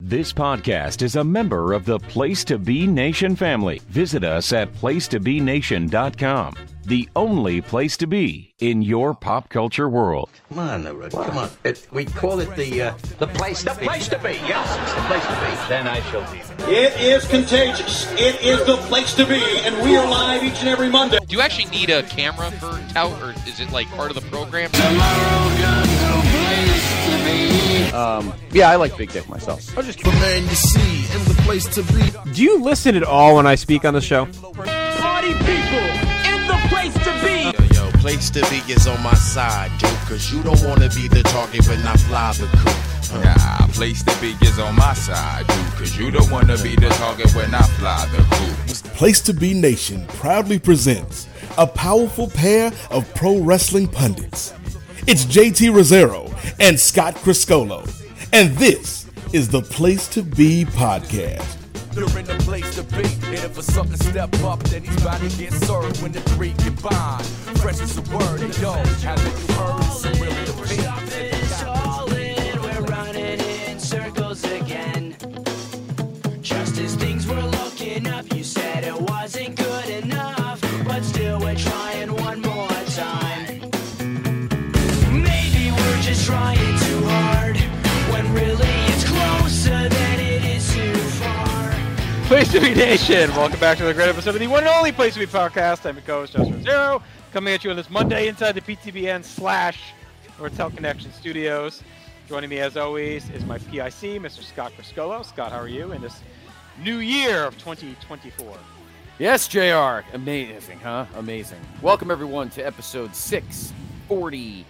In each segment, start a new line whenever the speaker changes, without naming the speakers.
This podcast is a member of the Place to Be Nation family. Visit us at placetobenation.com, the only place to be in your pop culture world.
Come on, now, Rudy. Come on. It, we call it the uh, the place. The place to be. Yes, it's the place to be. Then I shall be.
It is contagious. It is the place to be, and we are live each and every Monday.
Do you actually need a camera for tout, or is it like part of the program?
Um, Yeah, I like Big Dick myself.
Do you listen at all when I speak on the show?
Yo, place to be is on my side, dude. Cause you don't wanna be the target when I fly the coop.
Nah, place to be is on my side, dude. Cause you don't wanna be the target when I fly the coop.
Place to Be Nation proudly presents a powerful pair of pro wrestling pundits. It's JT Rosero and Scott Criscolo, and this is the Place to Be podcast.
You're in the place to be, and if it's something step up, then he's about to get served when the three combine. Fresh is a word, and yo, haven't you heard? It's really the
We're running in circles again. Just as things were looking up, you said it wasn't good enough. But still, we're trying one more time. Maybe we're just trying too hard. When really it's closer than it is too far.
Place to be nation. Welcome back to the great episode of the one and only Place to be podcast. I'm your co-host Justin Zero, coming at you on this Monday inside the PTBN slash Nortel Connection Studios. Joining me as always is my PIC, Mr. Scott Criscolo. Scott, how are you in this new year of 2024?
Yes, JR. Amazing, huh? Amazing. Welcome, everyone, to episode 643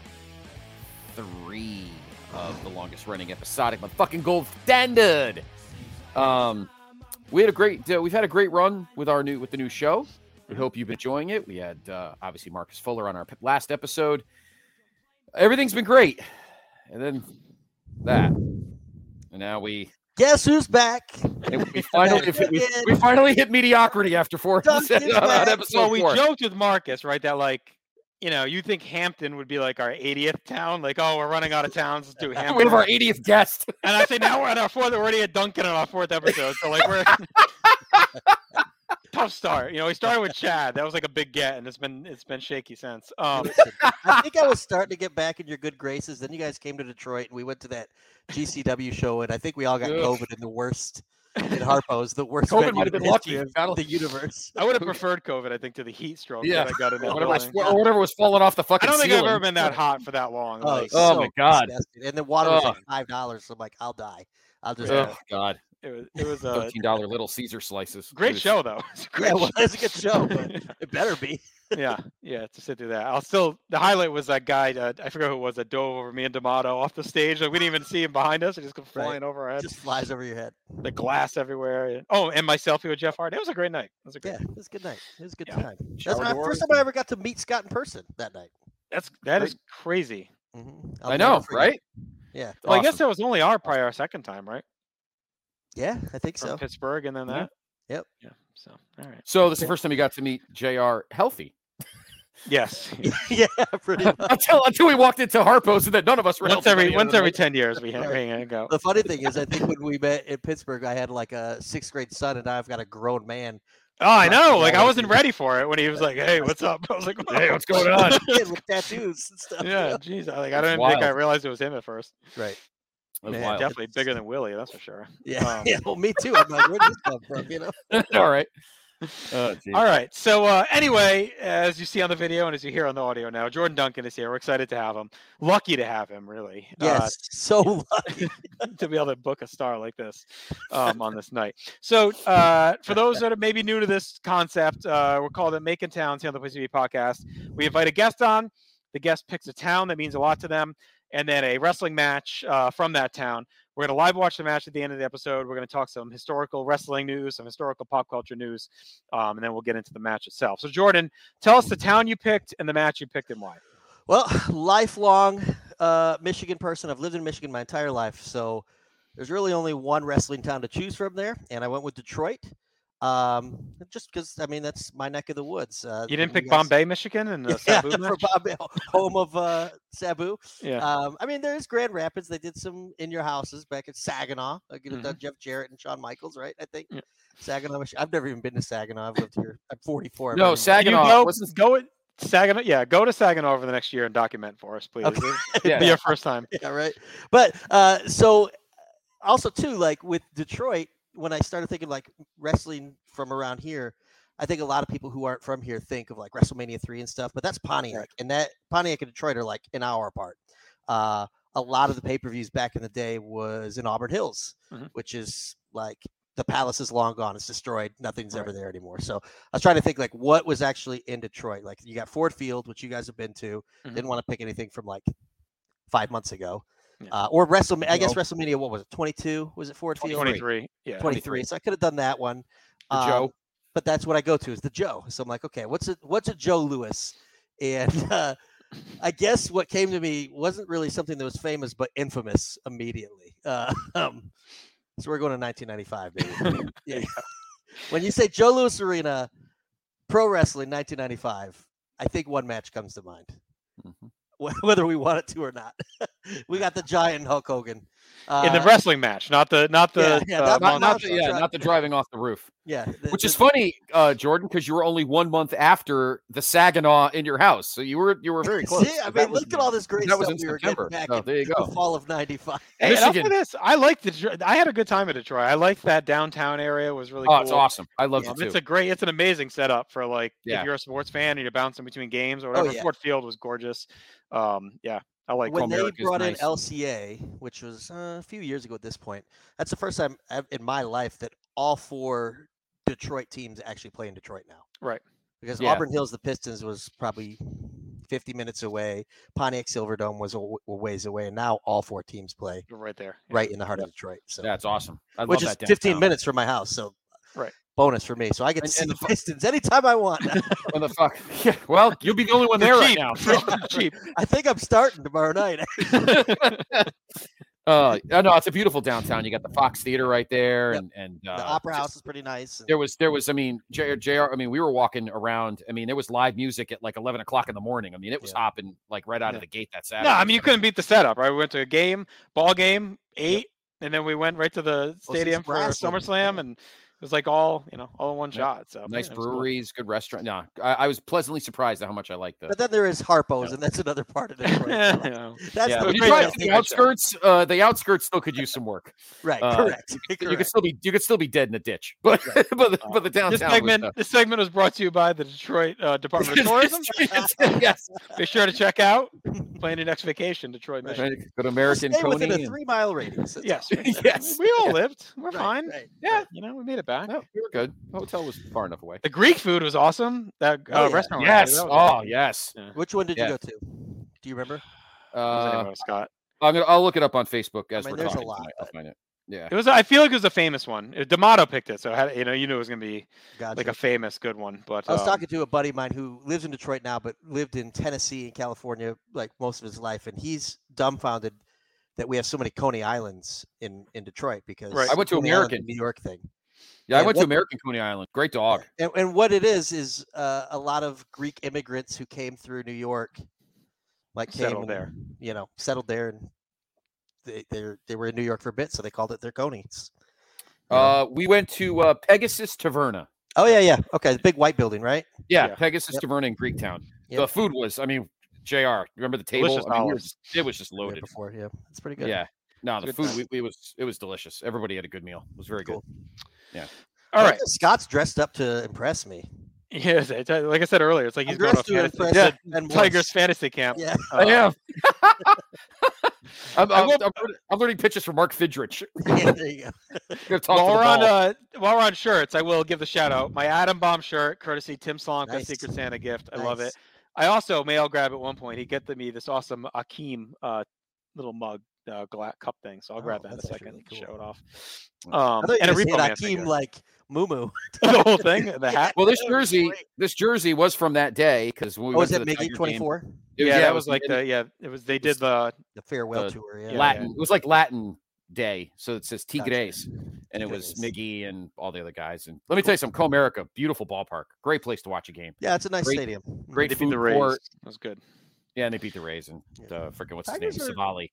of the longest running episodic, but fucking gold standard. Um, we had a great, uh, we've had a great run with our new, with the new show. We hope you've been enjoying it. We had, uh, obviously, Marcus Fuller on our p- last episode. Everything's been great. And then that. And now we
Guess who's back?
and we finally we, we finally hit mediocrity after four
Duncan's
on
back.
episode
Well, we
four.
joked with Marcus, right? That like, you know, you think Hampton would be like our 80th town? Like, oh, we're running out of towns. Let's do
We have
Hampton.
our 80th guest.
and I say now we're at our fourth. We're already at Duncan on our fourth episode. So like, we're tough start. You know, we started with Chad. That was like a big get, and it's been it's been shaky since. Um,
I think I was starting to get back in your good graces. Then you guys came to Detroit and we went to that GCW show, and I think we all got
Ugh.
COVID in the worst in Harpo's, the worst
COVID
venue
might have
in
been
the
lucky.
history of
That'll-
the universe.
I would have preferred COVID, I think, to the heat stroke
Yeah.
that I got in that
Whatever, was-
building.
or whatever was falling off the
I
fucking
don't think
ceiling.
I've ever been that hot for that long.
Oh,
like,
it's
oh
so
my God.
disgusting. And the water was
Ugh.
like five dollars. So I'm like, I'll die. I'll just.
Oh God!
it was it was uh, a
Thirteen dollar little Caesar slices.
great
Dude.
show though. It's a great
Oh, Yeah, well,
show.
it's a good show, but it better be.
yeah, yeah, to sit through that. I'll still. The highlight was that guy. Uh, I forgot who it was that dove over me and D'Amato off the stage. Like we didn't even see him behind us. It just come
Right.
flying over our
It
head.
just flies over your head.
The glass everywhere. Oh, and my selfie with Jeff Hardy. It was a great night. It was a great.
Yeah, it was a good night. It was a good
Yeah.
time. That's
Shower
my
door.
first time I ever got to meet Scott in person that night.
That's that is crazy.
Mhm. I'll
I
never
know,
forget.
right?
Yeah.
Well, I guess
Awesome.
that was only our prior second time, right?
Yeah, I think
From
so.
Pittsburgh and then
Yeah.
that.
Yep.
Yeah. So all right.
So this is the first time you got to meet Jr. Healthy
Yes.
yeah, pretty much.
until until we walked into Harpo's and that none of us were
once
healthy by the
every
end of
once
the
every
night.
ten years we ha- hang and go. "Oh,
The funny thing is, I think when we met in Pittsburgh, I had like a sixth grade son, and now I've got a grown man.
Oh, I know. Like I
Yeah.
wasn't ready for it when he was like, "Hey, what's up?" I was like, "Oh,
Hey, what's going on? That
kid with tattoos and stuff.
yeah, jeez. I, like I
That's
didn't think I
wild.
realized it was him at first.
Right.
was
Man,
wild.
definitely bigger than Willie, that's for sure.
Yeah.
Um,
yeah. Well, me too. I'm like, where did this come from? You know.
All right. Oh, geez.
All right. So uh, anyway, as you see on the video and as you hear on the audio now, Jordan Duncan is here. We're excited to have him. Lucky to have him, really. uh,
Yes. so lucky.
to be able to book a star like this um, on this night. So, uh, for those that are maybe new to this concept, uh, we're called the Making Towns here on the Place to Be podcast. We invite a guest on. The guest picks a town that means a lot to them, and then a wrestling match uh, from that town. We're going to live watch the match at the end of the episode. We're going to talk some historical wrestling news, some historical pop culture news, um, and then we'll get into the match itself. So, Jordan, tell us the town you picked and the match you picked and why.
Well, lifelong uh, Michigan person. I've lived in Michigan my entire life, so there's really only one wrestling town to choose from there, and I went with Detroit. Um, just because I mean that's my neck of the woods. Uh,
You didn't
we
pick
got-
Bombay, Michigan, and uh,
yeah,
Sabu
for
match?
Bombay, home of uh, Sabu.
Yeah.
Um, I mean, there is Grand Rapids. They did some in your houses back at Saginaw. I could have
Mm-hmm.
done Jeff Jarrett and Shawn Michaels, right? I think Saginaw. Mich- I've never even been to Saginaw. I've lived here. I'm 44. I've never-
You go, go it- Saginaw. Yeah, go to Saginaw over the next year and document for us, please.
Okay.
It'd be your first time.
Yeah, right. But uh, so also too, like with Detroit, when I started thinking like wrestling from around here, I think a lot of people who aren't from here think of like WrestleMania three and stuff. But that's Pontiac, and that Pontiac and Detroit are like an hour apart. Uh, a lot of the pay per views back in the day was in Auburn Hills,
Mhm.
which is like the palace is long gone. It's destroyed. Nothing's ever there anymore. So I was trying to think like what was actually in Detroit. Like you got Ford Field, which you guys have been to. Didn't
Mhm.
want to pick anything from like five months ago. Uh, or WrestleMania, I guess
No.
WrestleMania, what was it, 22? Was it Ford Field?
23, yeah.
23. So I could have done that one.
The
Uh,
Joe.
But that's what I go to is the Joe. So I'm like, okay, what's a, what's a Joe Lewis? And uh, I guess what came to me wasn't really something that was famous, but infamous immediately. Uh, um, so we're going to 1995, baby. yeah. When you say Joe Lewis Arena, pro wrestling 1995, I think one match comes to mind
Mm-hmm.
wh- whether we want it to or not. we got the giant Hulk Hogan
in the
Uh,
wrestling match, not the not the
yeah, yeah,
uh,
that-
not, not
monster.
the, yeah, not the driving off the roof.
Yeah,
which is funny, uh, Jordan, because you were only one month after the Saginaw in your house, so you were you were very close.
See,
So
I mean,
that was-
look at all this great
that
stuff
was in
we were
September.
getting back
So
in
there you
the
go.
fall of '95.
Hey, and I'll say this, I like the. Dr- I had a good time at Detroit. I liked that downtown area. It was really.
Oh,
cool.
it's awesome. I loved
Um,
it,
It's
too.
a great. It's an amazing setup for like
Yeah.
if you're a sports fan and you're bouncing between games or
Oh,
whatever.
yeah.
Fort Field was gorgeous. Um, yeah, I like
when they
America's
brought
nice.
in LCA, which was uh, a few years ago at this point. That's the first time ev- in my life that all four Detroit teams actually play in Detroit now.
Right.
Because
Yeah.
Auburn Hills, the Pistons was probably 50 minutes away. Pontiac Silverdome was a, w- a ways away, and now all four teams play
right there,
right in the heart of Detroit. So
that's awesome. I
which
love
is
that
15
downtown.
minutes from my house. So
right.
bonus for me. So I get to
And-
see
and
the
the fu-
Pistons anytime I want.
When the fuck? Yeah, well, you'll be the only one there right now.
cheap.
I think I'm starting tomorrow night.
Uh, uh, no, it's a beautiful downtown. You got the Fox Theater right there, and and uh,
the Opera
just-
House is pretty nice. and-
There was, there was. I mean, Jr. JR I mean, we were walking around. I mean, there was live music at like eleven o'clock in the morning. I mean, it was hopping like right out of the gate that Saturday.
No, I mean you couldn't beat the setup, right? We went to a game, ball game, eight, and then we went right to the
since
stadium for
wrestling,
SummerSlam, and it was like all you know, all in one shot. So
nice
yeah, it was cool.
breweries, good restaurant. No, I, I was pleasantly surprised at how much I liked the.
But then there is Harpo's, and that's another part of Detroit. That's
yeah,
the
when you
great
drive to
thing
the
about Detroit.
outskirts, uh, the outskirts still could use some work.
Right,
Uh,
correct,
You, could- you could still be you could still be dead in a ditch, but
Right.
but, the, but the downtown.
This
was,
segment,
uh,
this segment was brought to you by the Detroit uh, Department of Tourism.
yes.
Be sure to check out Plan Your Next Vacation, Detroit,
Right.
Michigan.
Good American
Stay
Coney.
within a
and-
three-
mile radius.
Yes.
Yes.
We all
Yeah.
lived. We're fine. yeah. You know, we made it back.
we were good. Hotel was far enough away.
The Greek food was awesome. That uh,
Oh, yeah.
restaurant. we went to,
Yes.
that was
Oh,
awesome.
yes.
Yeah.
Which one did
Yeah.
you go to? Do you remember?
Uh,
Scott.
I'm gonna, I'll look it up on Facebook as
mean,
we're
there's a
talking.
lot,
tonight. I'll find it. Yeah.
It was. I feel like it was a famous one. Uh, D'Amato picked it, so how, you know, you knew it was gonna be like
Gotcha.
a famous good one. But
I was
um,
talking to a buddy of mine who lives in Detroit now, but lived in Tennessee and California like most of his life, and he's dumbfounded that we have so many Coney Islands in in Detroit because
Right. I went to
Coney Island,
American.
New York thing.
Yeah, I
And
went
what-
to American Coney Island. Great dog.
And, and what it is is uh, a lot of Greek immigrants who came through New York, like came
Settled
and,
there.
you know, settled there, and they they they were in New York for a bit, so they called it their conies.
Uh, we went to uh, Pegasus Taverna.
Oh yeah, yeah. Okay, the big white building, right?
Yeah, Pegasus Taverna in Greektown.
Yep.
The food was, I mean, Jr. you Remember the table?
Delicious
I mean, it,
olives.
was, it was just loaded.
before, yeah, it's pretty good.
Yeah. No,
It's
the
a good
food
time.
we, we was it was delicious. Everybody had a good meal. It was very good. Yeah.
All
I
right.
guess Scott's dressed up to impress me.
Yes, it's, uh, like I said earlier, it's like
I'm
he's going to a
dressed to
fantasy,
impress
it's a
Ben Wallace.
Tigers fantasy camp. Uh,
Yeah.
I am. I'm,
I
I'm,
will-
I'm, learning- I'm learning pitches from Mark Fidrich.
yeah, there you go.
Gonna talk
While
to the
we're on
ball.
uh, while we're on shirts, I will give the shout out. My Adam Bomb shirt, courtesy Tim Slonka,
Nice.
Secret Santa gift. I love
Nice.
it. I also mail grab at one point. He get to me this awesome Akeem uh, little mug uh, gla- cup thing.
Oh,
So I'll grab that in a second and show it off. Um,
I thought you
and a
just
repo
hit
man
Akeem
figure.
like Moo Moo.
the whole thing, the hat.
Well, this jersey, this jersey was from that day because we
Oh,
went to
is it
the
Mickey
Tiger game.
24?
It
yeah,
yeah,
that was like
the
the yeah. It was they did the
the farewell
the
tour.
Latin. It was like Latin day, so it says Tigres, and it was Miggy and all the other guys. And let me tell you something, Comerica, beautiful ballpark, great place to watch a game.
Yeah, it's a nice
Great-
stadium.
Great
They beat
food
the Rays.
court.
That was good.
Yeah, and they beat the Rays and uh, freaking what's his name,
Tigers are-
Savali.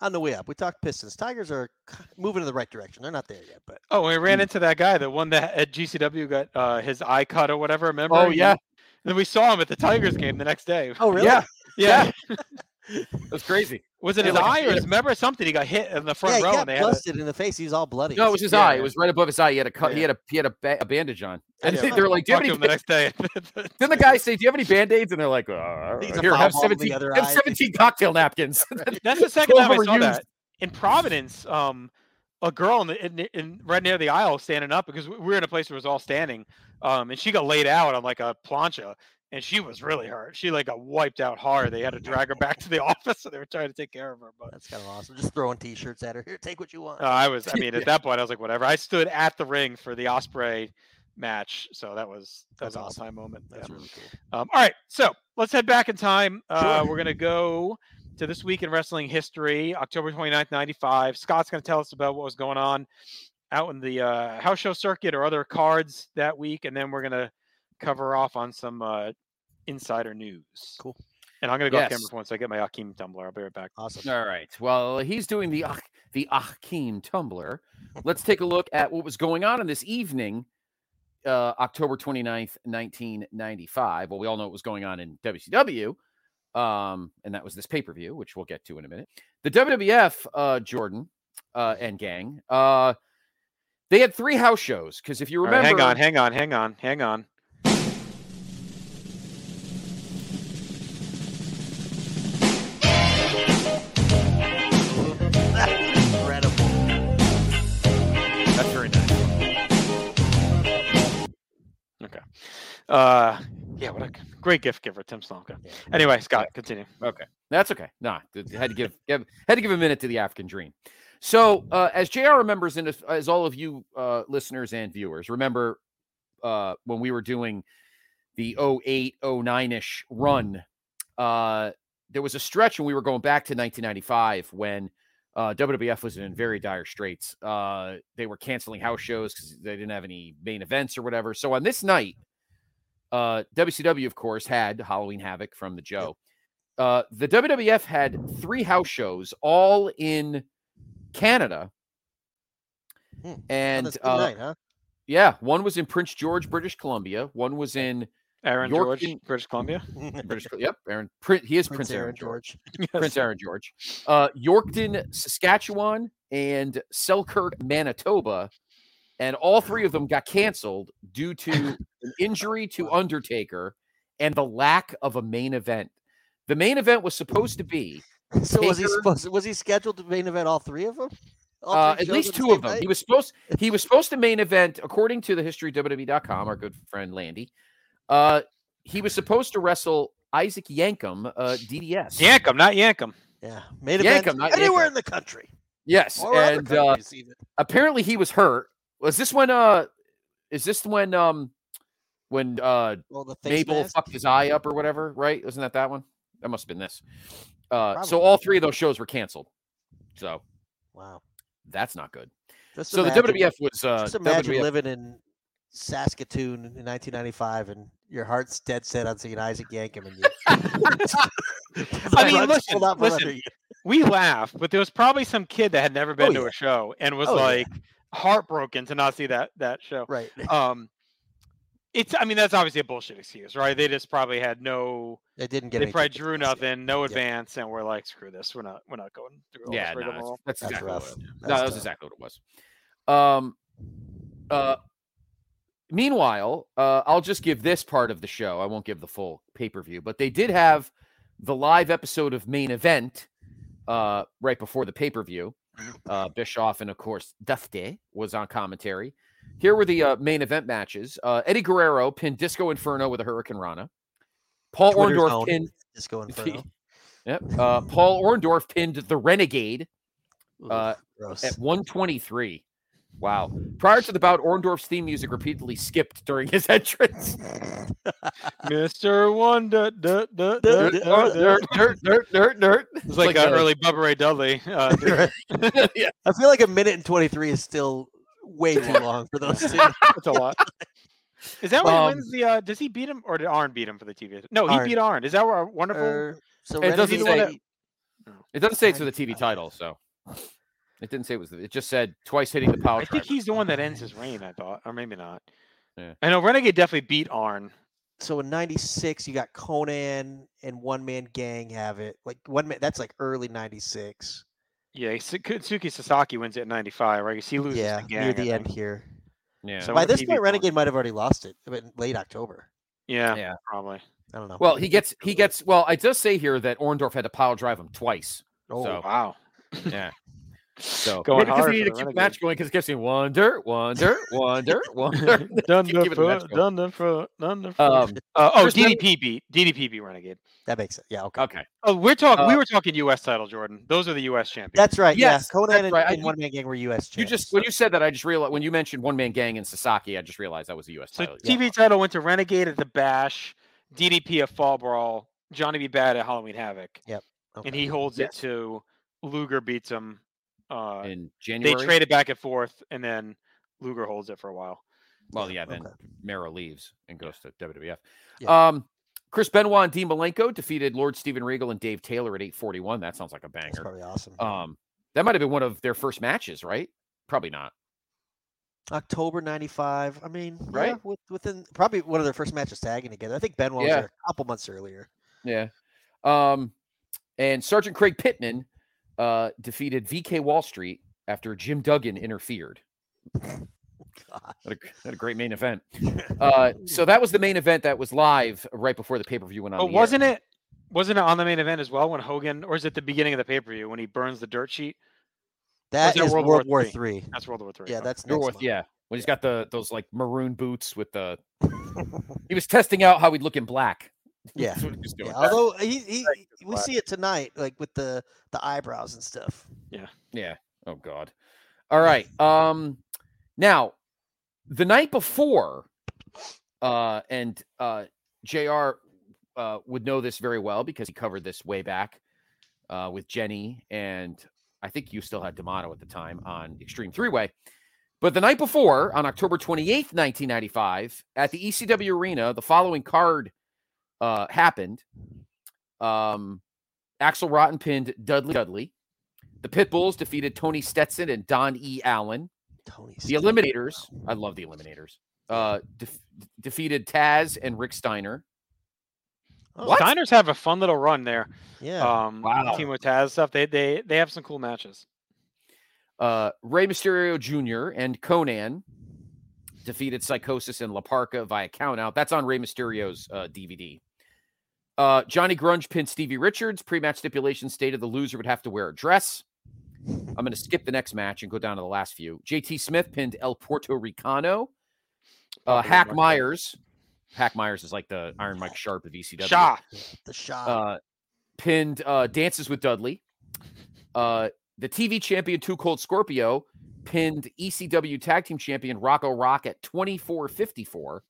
On the way up, we talked Pistons. Tigers are k- moving in the right direction. They're not there yet, but
Oh, we
Hmm.
ran into that guy, the one that at GCW got uh, his eye cut or whatever. Remember?
Oh,
And
yeah.
then we saw him at the Tigers game the next day.
Oh, really?
Yeah. Yeah.
That's crazy.
Was it
Yeah,
his
like a
eye or his
theater.
member or something? He got hit in the front
yeah, he
row
got
and they had a,
busted in the face. He's all bloody.
No, it was his eye. It was right above his eye. He had a cut. He
Yeah.
had a he had a, ba- a bandage on. And
Yeah.
they were like, "Do you
Talked
have
to
any?"
him the next day.
Then the guy say, "Do you have any band aids?" And they're like, uh,
Needs a
"Here,
foul
have
ball in the
seventeen.
other
Have
eye."
seventeen cocktail napkins."
That's the second time I saw
Overused.
that in Providence. Um, a girl in, the, in, the- in right near the aisle standing up because we we were in a place where it was all standing, um, and she got laid out on like a plancha, and she was really hurt. She like got wiped out hard. They had to drag her back to the office, so they were trying to take care of her. But
That's kind of awesome. Just throwing T-shirts at her. Here, take what you want.
uh, I was, I mean, at that point, I was like, whatever. I stood at the ring for the Osprey match, so that was that was
That's
an
awesome.
all-time moment.
That's
yeah.
really cool.
Um, all right, so let's head back in time. Uh, We're going to go to this week in wrestling history, October 29th, 95. Scott's going to tell us about what was going on out in the uh, house show circuit or other cards that week, and then we're going to cover off on some uh, insider news.
Cool.
And I'm going to go off camera
Yes.
for once. I get my Akeem tumbler. I'll be right back.
Awesome.
All right. Well, he's doing the Ach- the Achim Tumbler. Let's take a look at what was going on in this evening, uh, October 29th, 1995. Well, we all know what was going on in WCW, um, and that was this pay per view, which we'll get to in a minute. The WWF, uh, Jordan uh, and gang, uh, they had three house shows because if you
All right,
remember,
hang on, hang on, hang on, hang on.
Incredible. Oh,
that's very nice.
Okay. Uh, yeah, what a g- great gift giver, Tim Slomka. Anyway, Scott, continue.
Okay. That's okay. Nah, good- had to give, give had to give a minute to the African dream. So, uh, as JR remembers, and as, as all of you uh, listeners and viewers remember, uh, when we were doing the 08, 09 ish run, uh, there was a stretch when we were going back to 1995 when uh, WWF was in very dire straits. Uh, they were canceling house shows because they didn't have any main events or whatever. So, on this night, uh, WCW, of course, had Halloween Havoc from the Joe uh, the WWF had three house shows, all in Canada,
Hmm, on
and
this good
uh,
night, huh?
yeah, one was in Prince George, British Columbia. One was in
Aaron
York
George,
in-
British Columbia.
British. Col- yep, Aaron. Prin- he is Prince, Aaron, George. Prince
Yes.
Aaron George. Uh, Yorkton, Saskatchewan, and Selkirk, Manitoba, and all three of them got canceled due to an injury to Undertaker and the lack of a main event. The main event was supposed to be
So was he
Taker-
supposed? Was he scheduled to main event all three of them? All
Uh,
three
at
shows
least
on the
two of
same
them.
night?
He was supposed he was supposed to main event, according to the history of WWE.com, our good friend Landy. Uh, he was supposed to wrestle Isaac Yankum, uh, DDS.
Yankum, not Yankum.
yeah, main
Yank
event
'em, not yank
anywhere
'em.
in the country
Yes,
or other
and uh,
countries even.
apparently he was hurt. Was this when? Uh, is this when? Um, when uh,
Well, the face
Mabel
mask.
fucked his eye up or whatever? Right? Wasn't that that one? That must have been this. Uh, so
Probably.
all three of those shows were canceled. So
Wow.
that's not good.
Just
so
imagine-
the WWF was uh,
Just imagine
WWF
living in Saskatoon in 1995 and your heart's dead set on seeing Isaac Yankem and you.
I
The
mean,
rug's
listen,
pulled out from
listen,
under you.
we laugh, but there was probably some kid that had never been to
yeah.
a show and was
Oh, yeah.
like heartbroken to not see that that show.
Right.
Um, it's I mean that's obviously a bullshit excuse, right? They just probably had no,
They didn't get
they
any
probably
tickets
drew
last year.
nothing, no
Yeah.
advance, and we're like, screw this, we're not, we're not going through all
Yeah,
this
no,
rigmarole.
that's, that's
That's
exactly what
rough.
it was.
That's
no, that was
tough.
exactly what it was. Um, uh, meanwhile, uh, I'll just give this part of the show. I won't give the full pay per view, but they did have the live episode of main event uh, right before the pay per view.
Mm-hmm.
Uh, Bischoff and of course Dufty was on commentary. Here were the uh, main event matches. Uh, Eddie Guerrero pinned Disco Inferno with a Hurricane Rana. Paul
Twitter's
Orndorff
own.
pinned
Disco Inferno.
yep. Uh, Paul Orndorff pinned the Renegade
Ooh,
Uh,
gross.
at 123. Wow. Prior to the bout, Orndorff's theme music repeatedly skipped during his entrance.
Mr. One, duh, duh, duh, duh,
Duh,
duh,
duh,
duh.
Dirt, dirt, dirt, dirt, dirt.
It's like,
like
uh,
a-
early Bubba Ray Dudley. Uh,
I feel like a minute and 23 is still way too long for those two.
That's a lot. Is that when he wins the? Uh, does he beat him or did Arn beat him for the TV? No, he
Um, Arn. Uh,
beat Arn. Is that where uh, wonderful?
so
it doesn't say.
that-
It doesn't say it's for the TV title, so it didn't say it was. It just said twice hitting the power.
I think he's the one that ends his reign. I thought, or maybe not.
Yeah.
I know Renegade definitely beat Arn.
So in '96, you got Conan and One Man Gang have it. Like one man, that's like early '96.
Yeah, Su- Suki Sasaki wins it at 95, right? 'Cause He loses
Yeah,
to Gang,
near
I
the end
think.
here.
Yeah.
So I
By
wonder if
this
he
point,
beat
Renegade might have already lost it. I mean, late October.
Yeah,
Yeah.
probably.
I don't know.
Well, he gets he gets. Well, it does say here that Orndorff had to pile drive him twice.
Oh
so,
wow.
Yeah. So
Going
maybe 'cause
hard
they need to
for the
keep the
Renegade.
match going because it gives me one dirt, one dirt, one dirt, one dirt.
Done
Keep
the
giving the match
front,
going.
done the front, done the
Um,
front. Uh, oh,
Chris Benoit-
DDP beat DDP beat Renegade.
That makes it. Yeah. Okay.
Okay.
Oh, we're talking. we
Uh,
were talking U.S. title, Jordan. Those are the U.S. champions.
That's right.
Yes,
yeah. Conan
that's
and,
right. I-
and One Man Gang were U.S.
You
champs.
just when you said that, I just realized when you mentioned one man gang and Sasaki, I just realized that was a U.S.
So
title.
TV title went to Renegade at the Bash, DDP at Fall Brawl, Johnny B. Bad at Halloween Havoc,
Okay.
and he holds
Yes.
it to Luger beats him. Uh,
in
they
January.
traded back and forth, and then Luger holds it for a while.
Well, yeah, then
Okay.
Mero leaves and goes to WWF.
Yeah.
Um, Chris Benoit and Dean Malenko defeated Lord Steven Regal and Dave Taylor at 841. That sounds like a
That's
banger.
probably awesome.
Um, that might have been one of their first matches, right? Probably not.
October '95. I mean, right?
Right?
with, within probably one of their first matches tagging together. I think Benoit was
Yeah.
there a couple months earlier.
Yeah. Um, and Sergeant Craig Pittman uh, defeated VK Wall Street after Jim Duggan interfered.
God.
What a, what a great main event. Uh, so that was the main event that was live right before the pay per view went on.
But wasn't it? Wasn't it on the main event as well when Hogan, or is it the beginning of the pay per view when he burns the dirt sheet?
That
that
is
World
World,
War
War
Three?
Three.
That's World War Three.
Yeah,
okay.
that's
You're
next
with,
month.
yeah. When he's got the those like maroon boots with the, he was testing out how he'd look in black.
Yeah.
That's what he was doing.
Yeah, although uh, he, he, we
flat.
see it tonight, like with the the eyebrows and stuff.
Yeah. Oh God. All right. Um. Now, the night before, uh, and uh, Jr. Uh, would know this very well because he covered this way back uh, with Jenny, and I think you still had D'Amato at the time on Extreme Three Way. But the night before, on October 28th, 1995, at the ECW Arena, the following card uh, happened. Um, Axel Rotten pinned Dudley Dudley. The Pitbulls defeated Tony Stetson and Don E. Allen.
Tony.
The
Stark.
Eliminators, I love the Eliminators, uh, def- defeated Taz and Rick Steiner.
Oh,
What?
Steiners have a fun little run there.
Yeah.
Um,
Wow.
Team with Taz stuff. They they they have some cool matches.
Uh, Rey Mysterio Jr. and Conan defeated Psychosis and La Parca via countout. That's on Rey Mysterio's uh, DVD. Uh, Johnny Grunge pinned Stevie Richards. Pre-match stipulation stated the loser would have to wear a dress. I'm going to skip the next match and go down to the last few. JT Smith pinned El Puerto Ricano. Uh,
Popular
Hack
Mike.
Myers. Hack Myers is like the Iron Mike Sharp of E ECW
Shaw.
the shot.
uh, pinned uh, Dances with Dudley. Uh, the TV champion, Too Cold Scorpio, pinned ECW tag team champion Rocco Rock at 24.54.
Well,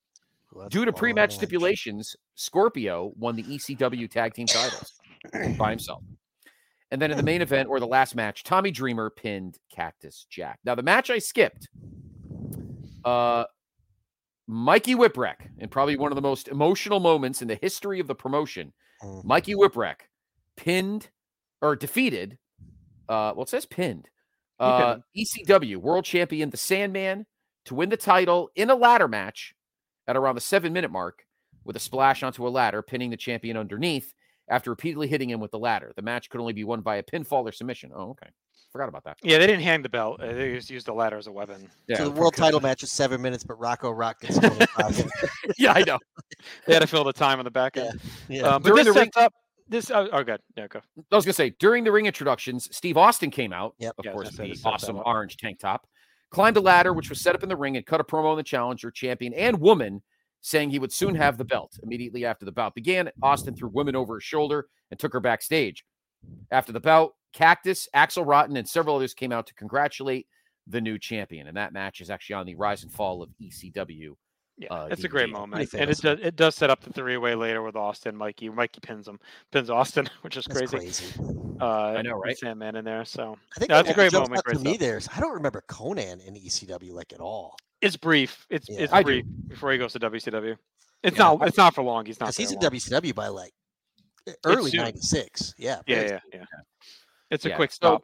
that's
Due to
a
pre match
long
stipulations, Scorpio won the ECW tag team titles by himself. And then in the main event or the last match, Tommy Dreamer pinned Cactus Jack. Now, the match I skipped, uh, Mikey Whipwreck, and probably one of the most emotional moments in the history of the promotion,
Mm.
Mikey Whipwreck pinned or defeated, uh, well, it says pinned, uh, ECW world champion, the Sandman, to win the title in a ladder match at around the seven minute mark with a splash onto a ladder, pinning the champion underneath after repeatedly hitting him with the ladder. The match could only be won by a pinfall or submission. Oh, okay. Forgot about that.
Yeah, they didn't hang the belt. uh, They just used the ladder as a weapon.
So the world title match is seven minutes, but Rocco Rock gets 25.
yeah, I know.
They had to fill the time on the back end.
yeah.
Um, but
During
this
the ring-
sets up this. Oh, oh good. Yeah, go.
I was gonna say during the ring introductions, Steve Austin came out,
Yep.
of
Yeah, I was
course,
gonna say,
the
to set that
awesome
up.
orange tank top, climbed a ladder which was set up in the ring and cut a promo on the challenger, champion, and woman, saying he would soon have the belt. Immediately after the bout began, Austin threw women over his shoulder and took her backstage. After the bout, Cactus, Axel Rotten, and several others came out to congratulate the new champion, and that match is actually on the Rise and Fall of E ECW.
Yeah,
Uh,
it's
he
a great
did.
moment,
Pretty
and it
famous.
does it does set up the three way later with Austin, Mikey. Mikey pins him, pins Austin, which is
That's
crazy.
crazy.
Uh, I
know, right?
Sandman in there. So
I think
No, that's a
what
great
jumps
moment.
out
Great
to me
stuff.
there is I don't remember Conan in ECW like at all.
It's brief. It's
Yeah.
it's
I do.
brief before he goes to WCW. It's
Yeah.
not it's not for long. He's not.
Because he's
there
in
long.
WCW by like e, early
soon.
'96. Yeah,
Yeah,
very
yeah,
soon.
yeah. It's a
Yeah,
quick
so-
stop.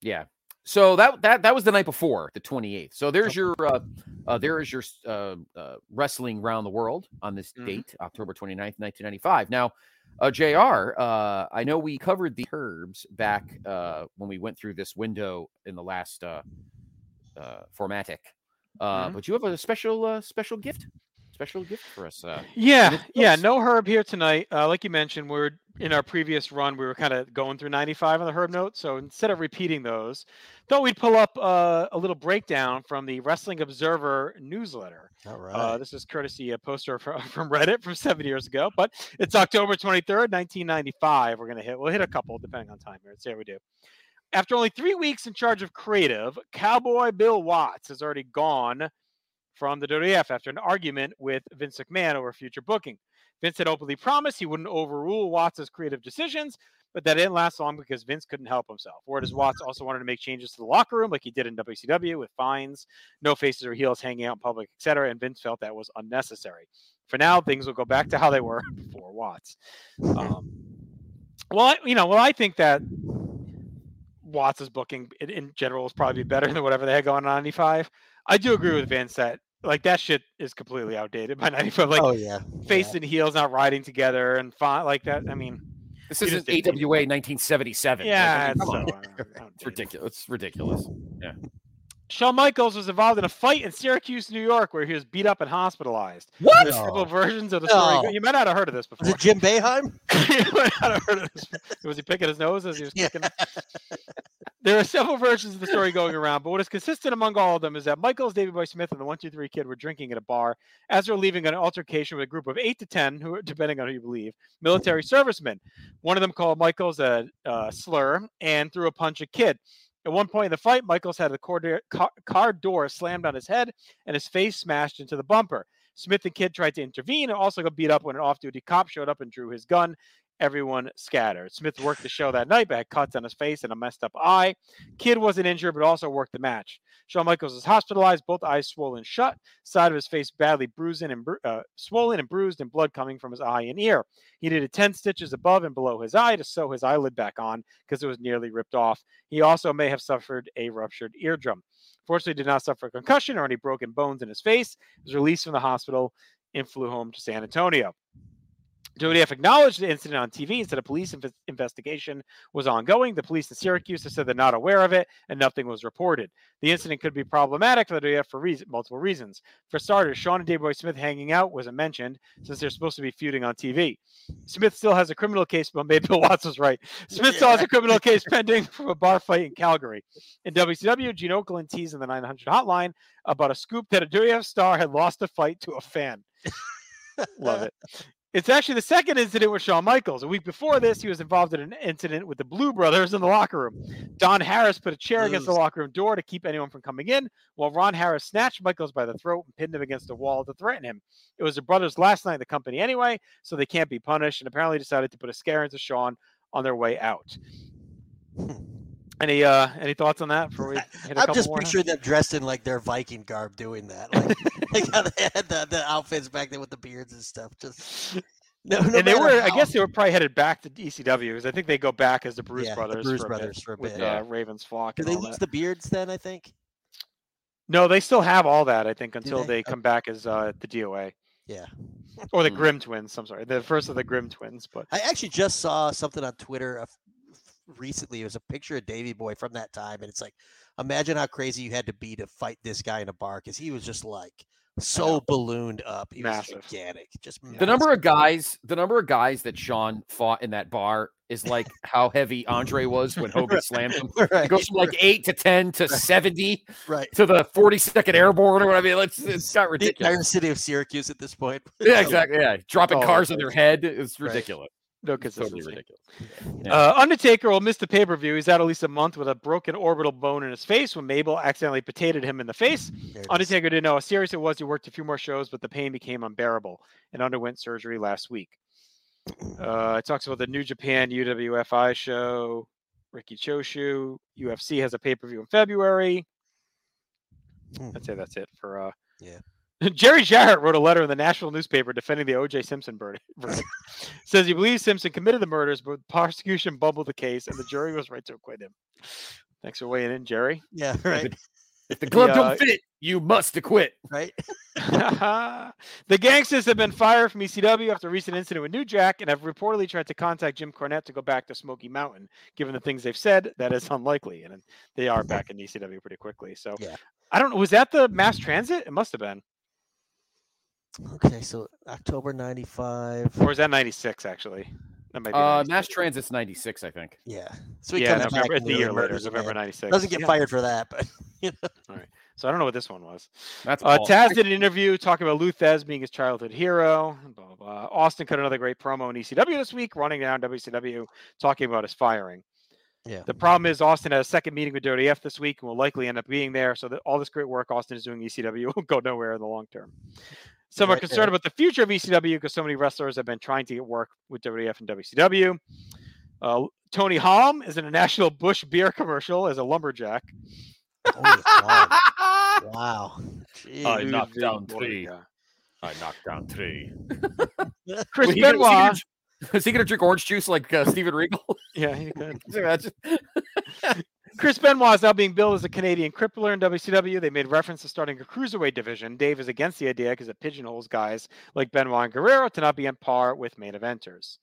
yeah. So that that that was the night before the 28th. So there's your uh, uh there is your uh, uh wrestling round the world on this
Mm-hmm.
date, October 29th, 1995. Now, uh JR, uh I know we covered the herbs back uh when we went through this window in the last uh uh formatic. Uh
Mhm.
but you have a special uh, special gift. Special gift for us. Uh
Yeah, yeah. No Herb here tonight. Uh, like you mentioned, we are in our previous run. We were kind of going through 95 on the Herb note. So instead of repeating those, thought we'd pull up uh, a little breakdown from the Wrestling Observer newsletter.
All right.
Uh, this is courtesy a poster from, from Reddit from seven years ago, but it's October 23rd, 1995. We're gonna hit. We'll hit a couple depending on time here. Let's see how we do. After only three weeks in charge of creative, Cowboy Bill Watts has already gone from the WWF after an argument with Vince McMahon over future booking. Vince had openly promised he wouldn't overrule Watts' creative decisions, but that didn't last long because Vince couldn't help himself. Word is Watts also wanted to make changes to the locker room, like he did in WCW with fines, no faces or heels hanging out in public, etc. And Vince felt that was unnecessary. For now, things will go back to how they were before Watts. Um, well, I, you know, well, I think that Watts's booking in, in general is probably better than whatever they had going on in 95. I do agree with Vince that like that shit is completely outdated by 95. Like,
oh yeah,
face and heels not riding together and fine like that. I mean,
This
you
is an
just didn't need-
AWA 1977. Like, I
Yeah,
mean,
it's,
come on.
so, uh,
it's ridiculous. It's ridiculous. Yeah.
Shawn Michaels was involved in a fight in Syracuse, New York, where he was beat up and hospitalized.
What?
There's several
No.
versions of the
No.
story. go- You might not have heard of this before.
Was it Jim Beheim?
You might not have heard of this. Was he picking his nose as he was kicking? There are several versions of the story going around, but what is consistent among all of them is that Michaels, David Boy Smith, and the 123 Kid were drinking at a bar as they're leaving an altercation with a group of eight to 10, who, are- depending on who you believe, military servicemen. One of them called Michaels a, uh slur and threw a punch at Kid. At one point in the fight, Michaels had the car, door- ca- car door slammed on his head and his face smashed into the bumper. Smith and Kid tried to intervene and also got beat up when an off duty cop showed up and drew his gun. Everyone scattered. Smith worked the show that night, but had cuts on his face and a messed up eye. Kid wasn't injured, but also worked the match. Shawn Michaels was hospitalized, both eyes swollen shut, side of his face badly bruised and bru- uh, swollen and bruised, and blood coming from his eye and ear. He needed 10 stitches above and below his eye to sew his eyelid back on because it was nearly ripped off. He also may have suffered a ruptured eardrum. Fortunately, he did not suffer a concussion or any broken bones in his face. He was released from the hospital and flew home to San Antonio. WDF acknowledged the incident on TV and said a police inves- investigation was ongoing. The police in Syracuse have said they're not aware of it and nothing was reported. The incident could be problematic for the WDF for reason, multiple reasons. For starters, Sean and Dayboy Smith hanging out wasn't mentioned since they're supposed to be feuding on TV. Smith still has a criminal case, but maybe Bill Watts was right. Smith still has a criminal case pending from a bar fight in Calgary. In WCW, Gene Oakland teased in the 900 hotline about a scoop that a WDF star had lost a fight to a fan.
Uh,
Love it. It's actually the second incident with Shawn Michaels. A week before this, he was involved in an incident with the Blue Brothers in the locker room. Don Harris put a chair against the locker room door to keep anyone from coming in, while Ron Harris snatched Michaels by the throat and pinned him against a wall to threaten him. It was the brothers' last night in the company anyway, so they can't be punished, and apparently decided to put a scare into Shawn on their way out. Any uh any thoughts on that before we hit a
I'm
couple
just
more?
picturing them dressed in like their Viking garb doing that, like, like how they had the, the outfits back then with the beards and stuff. Just no, no
and they
matter
were, I
how-
guess, they were probably headed back to ECW because I think they go back as the Bruce
Yeah, the
Brothers,
Bruce
for
Brothers
bit,
for a
with
bit.
uh,
Yeah.
Raven's flock.
Did
and
they
all
lose
that.
the beards then? I think.
No, they still have all that, I think, until
they?
they come back as uh, the DOA
Yeah.
or the
Mm-hmm.
Grim Twins. I'm sorry, the first of the Grim Twins. But
I actually just saw something on Twitter of- recently. It was a picture of Davy Boy from that time, and it's like, imagine how crazy you had to be to fight this guy in a bar because he was just like so ballooned up. He
Massive.
was gigantic. Just
The number of guys, the number of guys that Sean fought in that bar is like how heavy Andre was when Hogan slammed him. It
Right,
goes from like eight to ten to seventy
right.
to the forty second airborne or whatever. I mean, it's, it's got
The entire
ridiculous.
city of Syracuse at this point.
Yeah, exactly. Yeah, dropping
Oh,
cars on their head. It's
Right.
ridiculous.
no
It's totally
consistency.
ridiculous.
Uh, Undertaker will miss the pay per view. He's out at least a month with a broken orbital bone in his face when Mabel accidentally potatoed him in the face.
There it is.
Undertaker didn't know how serious it was. He worked a few more shows, but the pain became unbearable and underwent surgery last week. Uh, it talks about the New Japan UWFI show. Ricky Choshu. UFC has a pay per view in February. I'd say that's it for. uh
Yeah.
Jerry Jarrett wrote a letter in the national newspaper defending the O.J. Simpson verdict. verdict. Says he believes Simpson committed the murders, but prosecution bumbled the case, and the jury was right to acquit him. Thanks for weighing in, Jerry.
Yeah, right.
If the glove don't fit, you must acquit.
Right.
the gangsters have been fired from ECW after a recent incident with New Jack and have reportedly tried to contact Jim Cornette to go back to Smoky Mountain. Given the things they've said, that is unlikely. And they are back in ECW pretty quickly. So I don't know. Was that the mass transit? It must have been.
Okay, so October '95.
Or is that 96, actually? That might be
Uh, mass transit's 96, I think.
Yeah.
So he Yeah, comes November- back it's and the year really later, murders November him. 96.
Doesn't get
Yeah.
fired for that, but you know.
All right. So I don't know what this one was.
That's
uh,
all.
Taz did an interview talking about Luthez being his childhood hero. Blah, blah, blah. Austin cut another great promo in ECW this week, running down WCW, talking about his firing.
Yeah.
The problem is Austin had a second meeting with Dirty F this week and will likely end up being there. So that all this great work Austin is doing in ECW will go nowhere in the long term. Some are
Right
concerned
there.
about the future of E ECW because so many wrestlers have been trying to get work with WWF and WCW. Uh, Tony Hom is in a National Bush beer commercial as a lumberjack.
wow.
Uh,
I knocked down
Luigi
three. I knocked down three.
Chris
Wait, he gonna- Is
Benoit.
he, gonna, is he gonna drink orange juice like uh, Steven Regal?
Yeah, he could.
imagine?
Chris Benoit is now being billed as a Canadian crippler in WCW. They made reference to starting a cruiserweight division. Dave is against the idea because it pigeonholes guys like Benoit and Guerrero to not be on par with main eventers.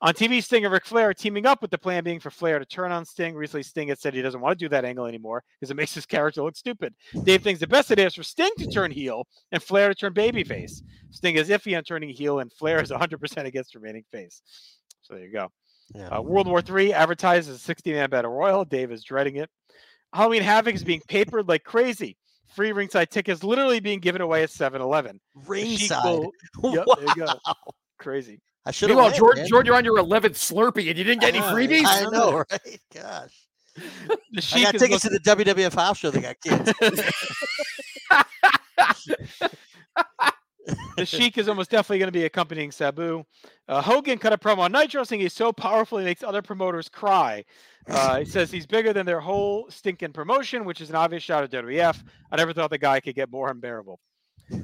On TV, Sting and Ric Flair are teaming up with the plan being for Flair to turn on Sting. Recently, Sting had said he doesn't want to do that angle anymore because it makes his character look stupid. Dave thinks the best idea is for Sting to turn heel and Flair to turn babyface. Sting is iffy on turning heel, and Flair is 100% against remaining face. So there you go.
Yeah.
Uh, World
Mm.
War III advertised as a 60 man battle royal. Dave is dreading it. Halloween Havoc is being papered like crazy. Free ringside tickets literally being given away at 7 Eleven.
Ringside?
Yep, there you go. Crazy.
I should have.
Meanwhile, Jordan, Jordan, you're on your 11th Slurpee and you didn't get any freebies.
I know, right? Gosh.
The
I
Sheik
got
is
tickets
looking-
to the WWF house show. They got kids.
the Sheik is almost definitely going to be accompanying Sabu. Uh, Hogan cut a promo on Nitro saying he's so powerful he makes other promoters cry. Uh, he says he's bigger than their whole stinking promotion, which is an obvious shot at WWF. I never thought the guy could get more unbearable.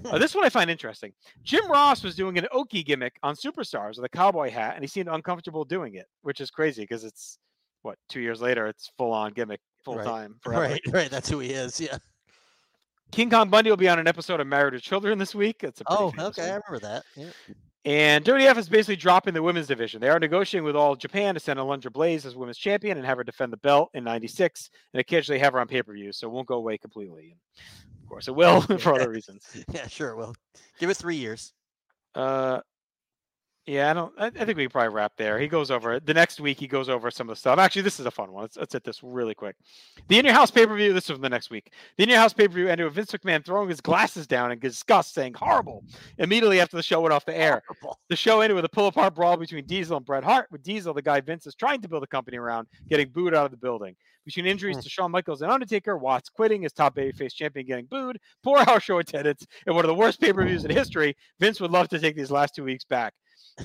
Uh, this one I find interesting. Jim Ross was doing an Okie gimmick on Superstars with a cowboy hat, and he seemed uncomfortable doing it, which is crazy because it's what two years later it's full on gimmick, full
Right.
time, forever.
right, right. That's who he is. Yeah.
King Kong Bundy will be on an episode of Married to Children this week. It's a pretty
Oh,
famous
okay. I
one.
remember that. Yeah.
And WDF is basically dropping the women's division. They are negotiating with all Japan to send Alundra Blaze as women's champion and have her defend the belt in 96 and occasionally have her on pay per view. So it won't go away completely. And of course, it will for other reasons.
Yeah, sure. Well, give it three years.
Uh, yeah, I don't. I, I think we can probably wrap there. He goes over it the next week. He goes over some of the stuff. Actually, this is a fun one. Let's, let's hit this really quick. The In Your House pay per view. This is from the next week. The In Your House pay per view ended with Vince McMahon throwing his glasses down in disgust, saying "horrible." Immediately after the show went off the air, the show ended with a pull apart brawl between Diesel and Bret Hart. With Diesel, the guy Vince is trying to build a company around, getting booed out of the building. Between injuries to Shawn Michaels and Undertaker, Watts quitting, his top babyface champion getting booed, poor house show attendance, and one of the worst pay per views in history. Vince would love to take these last two weeks back.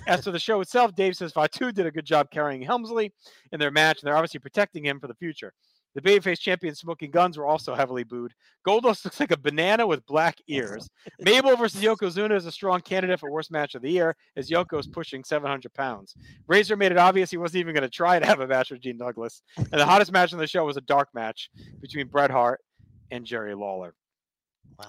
As to the show itself, Dave says Fatu did a good job carrying Helmsley in their match, and they're obviously protecting him for the future. The babyface champion Smoking Guns were also heavily booed. Goldust looks like a banana with black ears. Mabel versus Yokozuna is a strong candidate for worst match of the year, as Yoko is pushing 700 pounds. Razor made it obvious he wasn't even going to try to have a match with Gene Douglas. And the hottest match on the show was a dark match between Bret Hart and Jerry Lawler.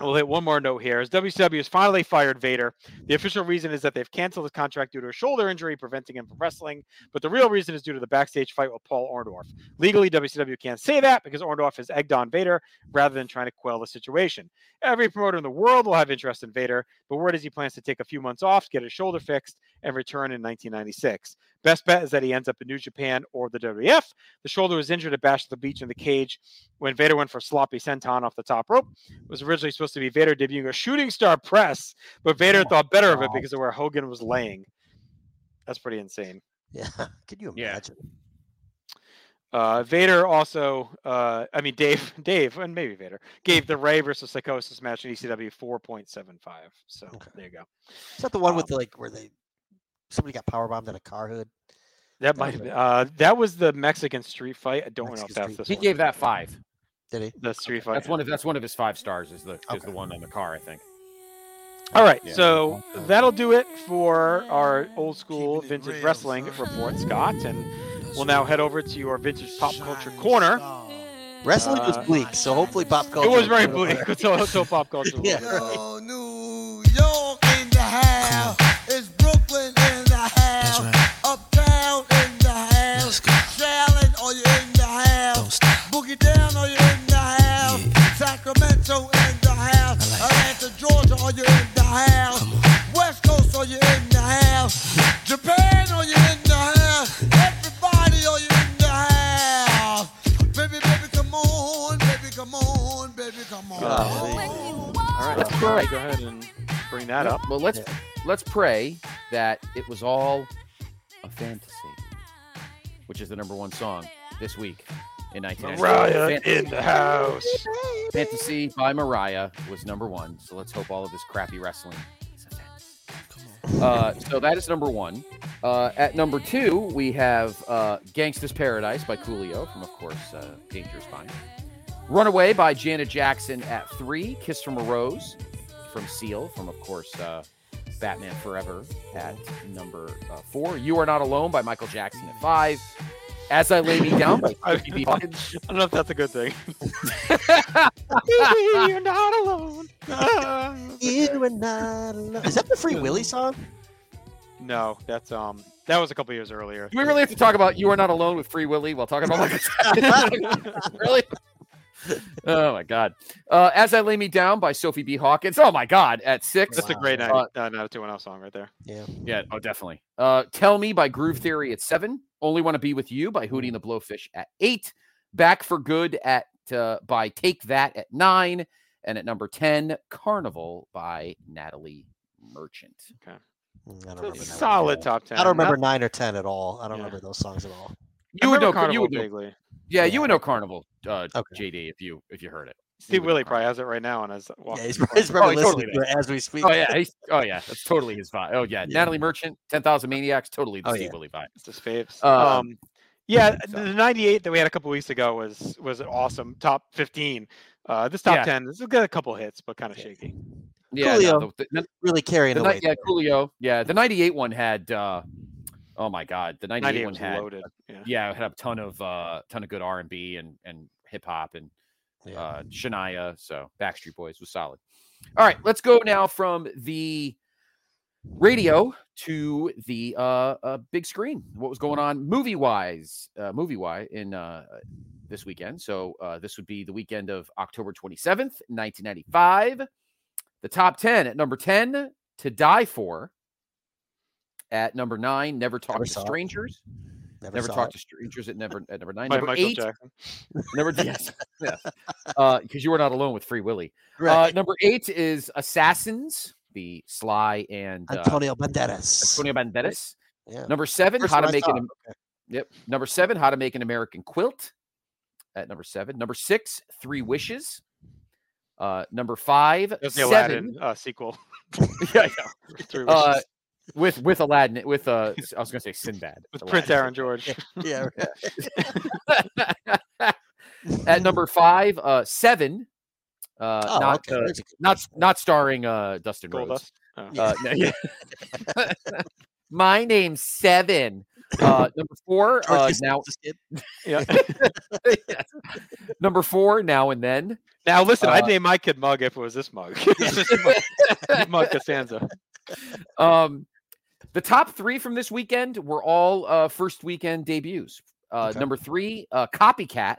We'll hit one more note here. As WCW has finally fired Vader, the official reason is that they've canceled his contract due to a shoulder injury preventing him from wrestling. But the real reason is due to the backstage fight with Paul Orndorff. Legally, WCW can't say that because Orndorff has egged on Vader rather than trying to quell the situation. Every promoter in the world will have interest in Vader, but word is he plans to take a few months off, get his shoulder fixed, and return in 1996. Best bet is that he ends up in New Japan or the WWF. The shoulder was injured at Bash at the Beach in the cage when Vader went for a sloppy senton off the top rope. It was originally supposed to be Vader debuting a shooting star press, but Vader thought better of it because of where Hogan was laying. That's pretty insane.
Yeah. Could you imagine?
Uh, Vader also, uh, I mean, Dave, Dave, and maybe Vader gave the Ray versus Psychosis match in E ECW 4.75. So there you go.
Um,
Is that the one with like where they somebody got power bombed in a car hood?
That might have been. Uh, that was the Mexican street fight. I don't know if that's this
He
one.
gave that five.
Did he?
The street fight.
That's one of that's one of his five stars. Is the is the one on the car? I think.
All right,
Yeah.
so that'll do it for our old school vintage wrestling report, Scott, and we'll now head over to your vintage pop culture corner.
Eh,
Wrestling was
Uh,
bleak, so hopefully pop culture.
It was very
will
bleak
better.
until, until pop culture. was
Yeah.
over.
York in the house. It's Brooklyn in the house. Uptown in the house. Shaolin, are you in the house? Boogie Down, are you in the house? Sacramento in the house. Atlanta, Georgia, are you in the house? West Coast, are you in the house? Japan, are you in the house? Everybody, are you in the house? Baby, baby, come on. Baby, come on. Baby, come on.
All right,
Let's pray. Go ahead and bring that up.
Well, let's let's pray that it was all a fantasy, which is the number one song this week in 1990.
Mariah
Fantasy.
in the house.
Fantasy by Mariah was number one. So let's hope all of this crappy wrestling Uh, so that is number one. Uh, at number two, we have uh, Gangsta's Paradise by Coolio from, of course, uh, Dangerous Mind. Runaway by Janet Jackson at three. Kiss from a Rose from Seal from, of course, uh, Batman Forever at number uh, four. You Are Not Alone by Michael Jackson at five. As I Lay Me Down by
I
Smokey B.
don't
Hawkins.
know if that's a good thing.
You're not alone. you are not alone. Is that the Free Willy song? Mm,
No, that's um, that was a couple years earlier.
Do we really have to talk about You Are Not Alone with Free Willy while talking about Michael Jackson? really? Oh my God! Uh, As I Lay Me Down by Sophie B. Hawkins. Oh my God! At six,
That's a great
Uh,
night. Uh, no, two and song right there.
Yeah.
yeah. Oh, definitely. Uh, Tell Me by Groove Theory at seven. Only Want to Be with You by Hootie and the Blowfish at eight. Back for Good at uh, by Take That at nine, and at number ten, Carnival by Natalie Merchant.
Okay.
I don't
It's a
remember. that.
solid top ten.
I don't remember
Not-
nine or ten at all. I don't remember those songs at all.
You would know.
remember
you
Carnival
would know-
vaguely.
Yeah, you would know Carnival, uh, JD, if you if you heard it. You
Steve
would know
Willie probably has it right now on his walk.
he's- he's probably
he
listening
does.
to it as we speak.
Oh yeah, he's, oh yeah, that's totally his vibe. Oh yeah, Natalie Merchant, Ten Thousand Maniacs, totally the
Oh,
Steve
yeah.
Willie vibe.
It's his faves.
Uh,
um, yeah, the '98 that we had a couple weeks ago was was an awesome top 15. Uh, this top
Yeah.
10 this has got a couple hits, but kind of shaky.
Yeah,
Coolio.
no, the, the,
really carrying
the,
away.
ni- yeah, Coolio. Yeah, the '98 one had. uh Oh my God, the '98
'98
one
was
had.
loaded. Yeah.
Yeah, it had a ton of uh ton of good R and B and and hip hop and uh Shania. So Backstreet Boys was solid. All right, let's go now from the radio to the uh, uh big screen. What was going on movie wise? Uh, movie wise in uh this weekend. So uh, this would be the weekend of October 27th, 1995. The top 10 at number 10, To Die For. At number nine, Never Talk
Never
to
saw it.
Strangers.
Never
Never,
saw
Talk
it.
to Strangers at, never, at number nine.
By
number
Michael
eight,
Jackson.
Number yes, yes, because you were not alone with Free Willy. Uh,
Right.
number eight is Assassins, the Sly and uh,
Antonio Banderas.
Antonio Banderas.
Yeah.
Number seven,
First
How to
one I
Make
saw.
an Am- Yep. Number seven, How to Make an American Quilt. At number seven, number six, Three Wishes. Uh, number five,
That's the
seven.
Aladdin uh, sequel.
yeah,
Three
yeah. Uh,
wishes.
with with Aladdin, with uh, I was gonna say Sinbad.
With Prince
Aladdin.
Aaron George.
Yeah. right.
At number five, uh, seven. Uh,
Oh,
not
okay,
uh,
there's a good
not not starring uh, Dustin Rhodes.
Goldust. Oh.
Yeah.
Uh, no, yeah. My name's Seven. Uh, number four.
George
Uh,
Lucas
now,
is a kid.
yeah.
Yes. number four. Now and then.
Now listen,
Uh,
I'd name my kid Mug if it was this mug. It's just Mug- Mug Costanza.
Um, the top three from this weekend were all uh, first weekend debuts. Uh,
Okay.
Number three, uh, Copycat,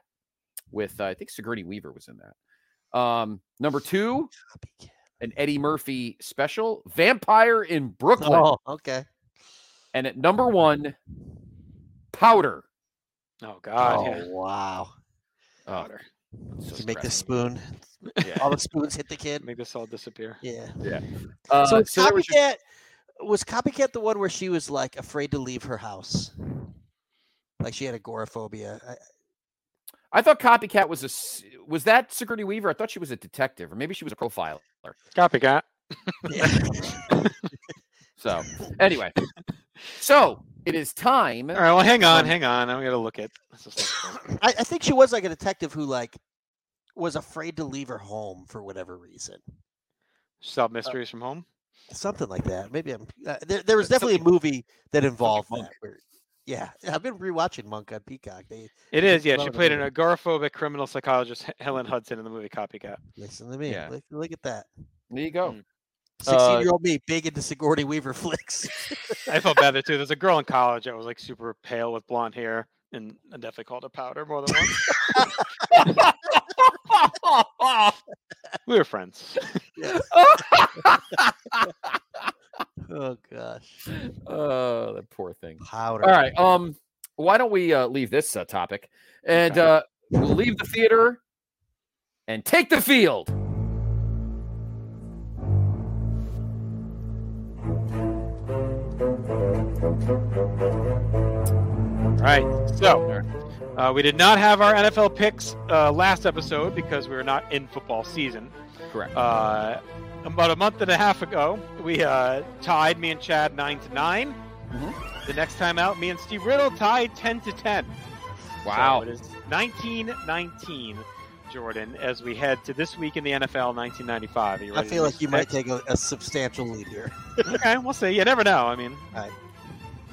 with uh, I think Sigourney Weaver was in that. Um, number two,
Copycat.
an Eddie Murphy special, Vampire in Brooklyn.
Oh, okay.
And at number one, Powder.
Oh God. yeah.
oh, wow.
Oh,
Powder.
so
Did you make this
depressing.
spoon?
Yeah.
All the spoons hit the kid.
Make this all disappear.
Yeah.
Uh,
so,
so there was
copycat
your-
was copycat the one where she was like afraid to leave her house, like she had agoraphobia. I,
I thought Copycat was a s- was that Sigourney Weaver? I thought she was a detective, or maybe she was a profiler.
Copycat.
yeah.
So anyway, so It is time.
All right, well, hang on,
Um,
hang on. I'm gonna look at. let's just look at-
I, I think she was like a detective who like was afraid to leave her home for whatever reason.
Solve mysteries from home.
Something like that. Maybe I'm. Uh, there, there was definitely a movie that involved that. where- yeah, I've been rewatching Monk on Peacock. They,
It
they
is. Yeah, she
love it
played
over
an
there.
agoraphobic criminal psychologist, H- Helen Hudson, in the movie Copycat.
Listen to me.
Yeah. Uh,
Look, look at that.
There you go.
Sixteen-year-old me, big into Sigourney Weaver flicks.
I felt bad there too. There's a girl in college that was like super pale with blonde hair, and I definitely called her powder more than once. we were friends.
oh gosh.
Oh, that poor thing.
Powder.
All right. Um, why don't we uh, leave this uh, topic and uh, we'll leave the theater and take the field.
All right. So uh, we did not have our NFL picks uh, last episode because we were not in football season.
Correct.
Uh, about a month and a half ago, we uh, tied me and Chad nine to 9
Mm-hmm.
The next time out, me and Steve Riddle tied ten to ten.
Wow.
So it is 19-19, Jordan, as we head to this week in the NFL 1995. Are you
I
ready to
feel
make
like you
some
might take a, a substantial lead here.
picks? okay, we'll see. You never know. I mean,
All right.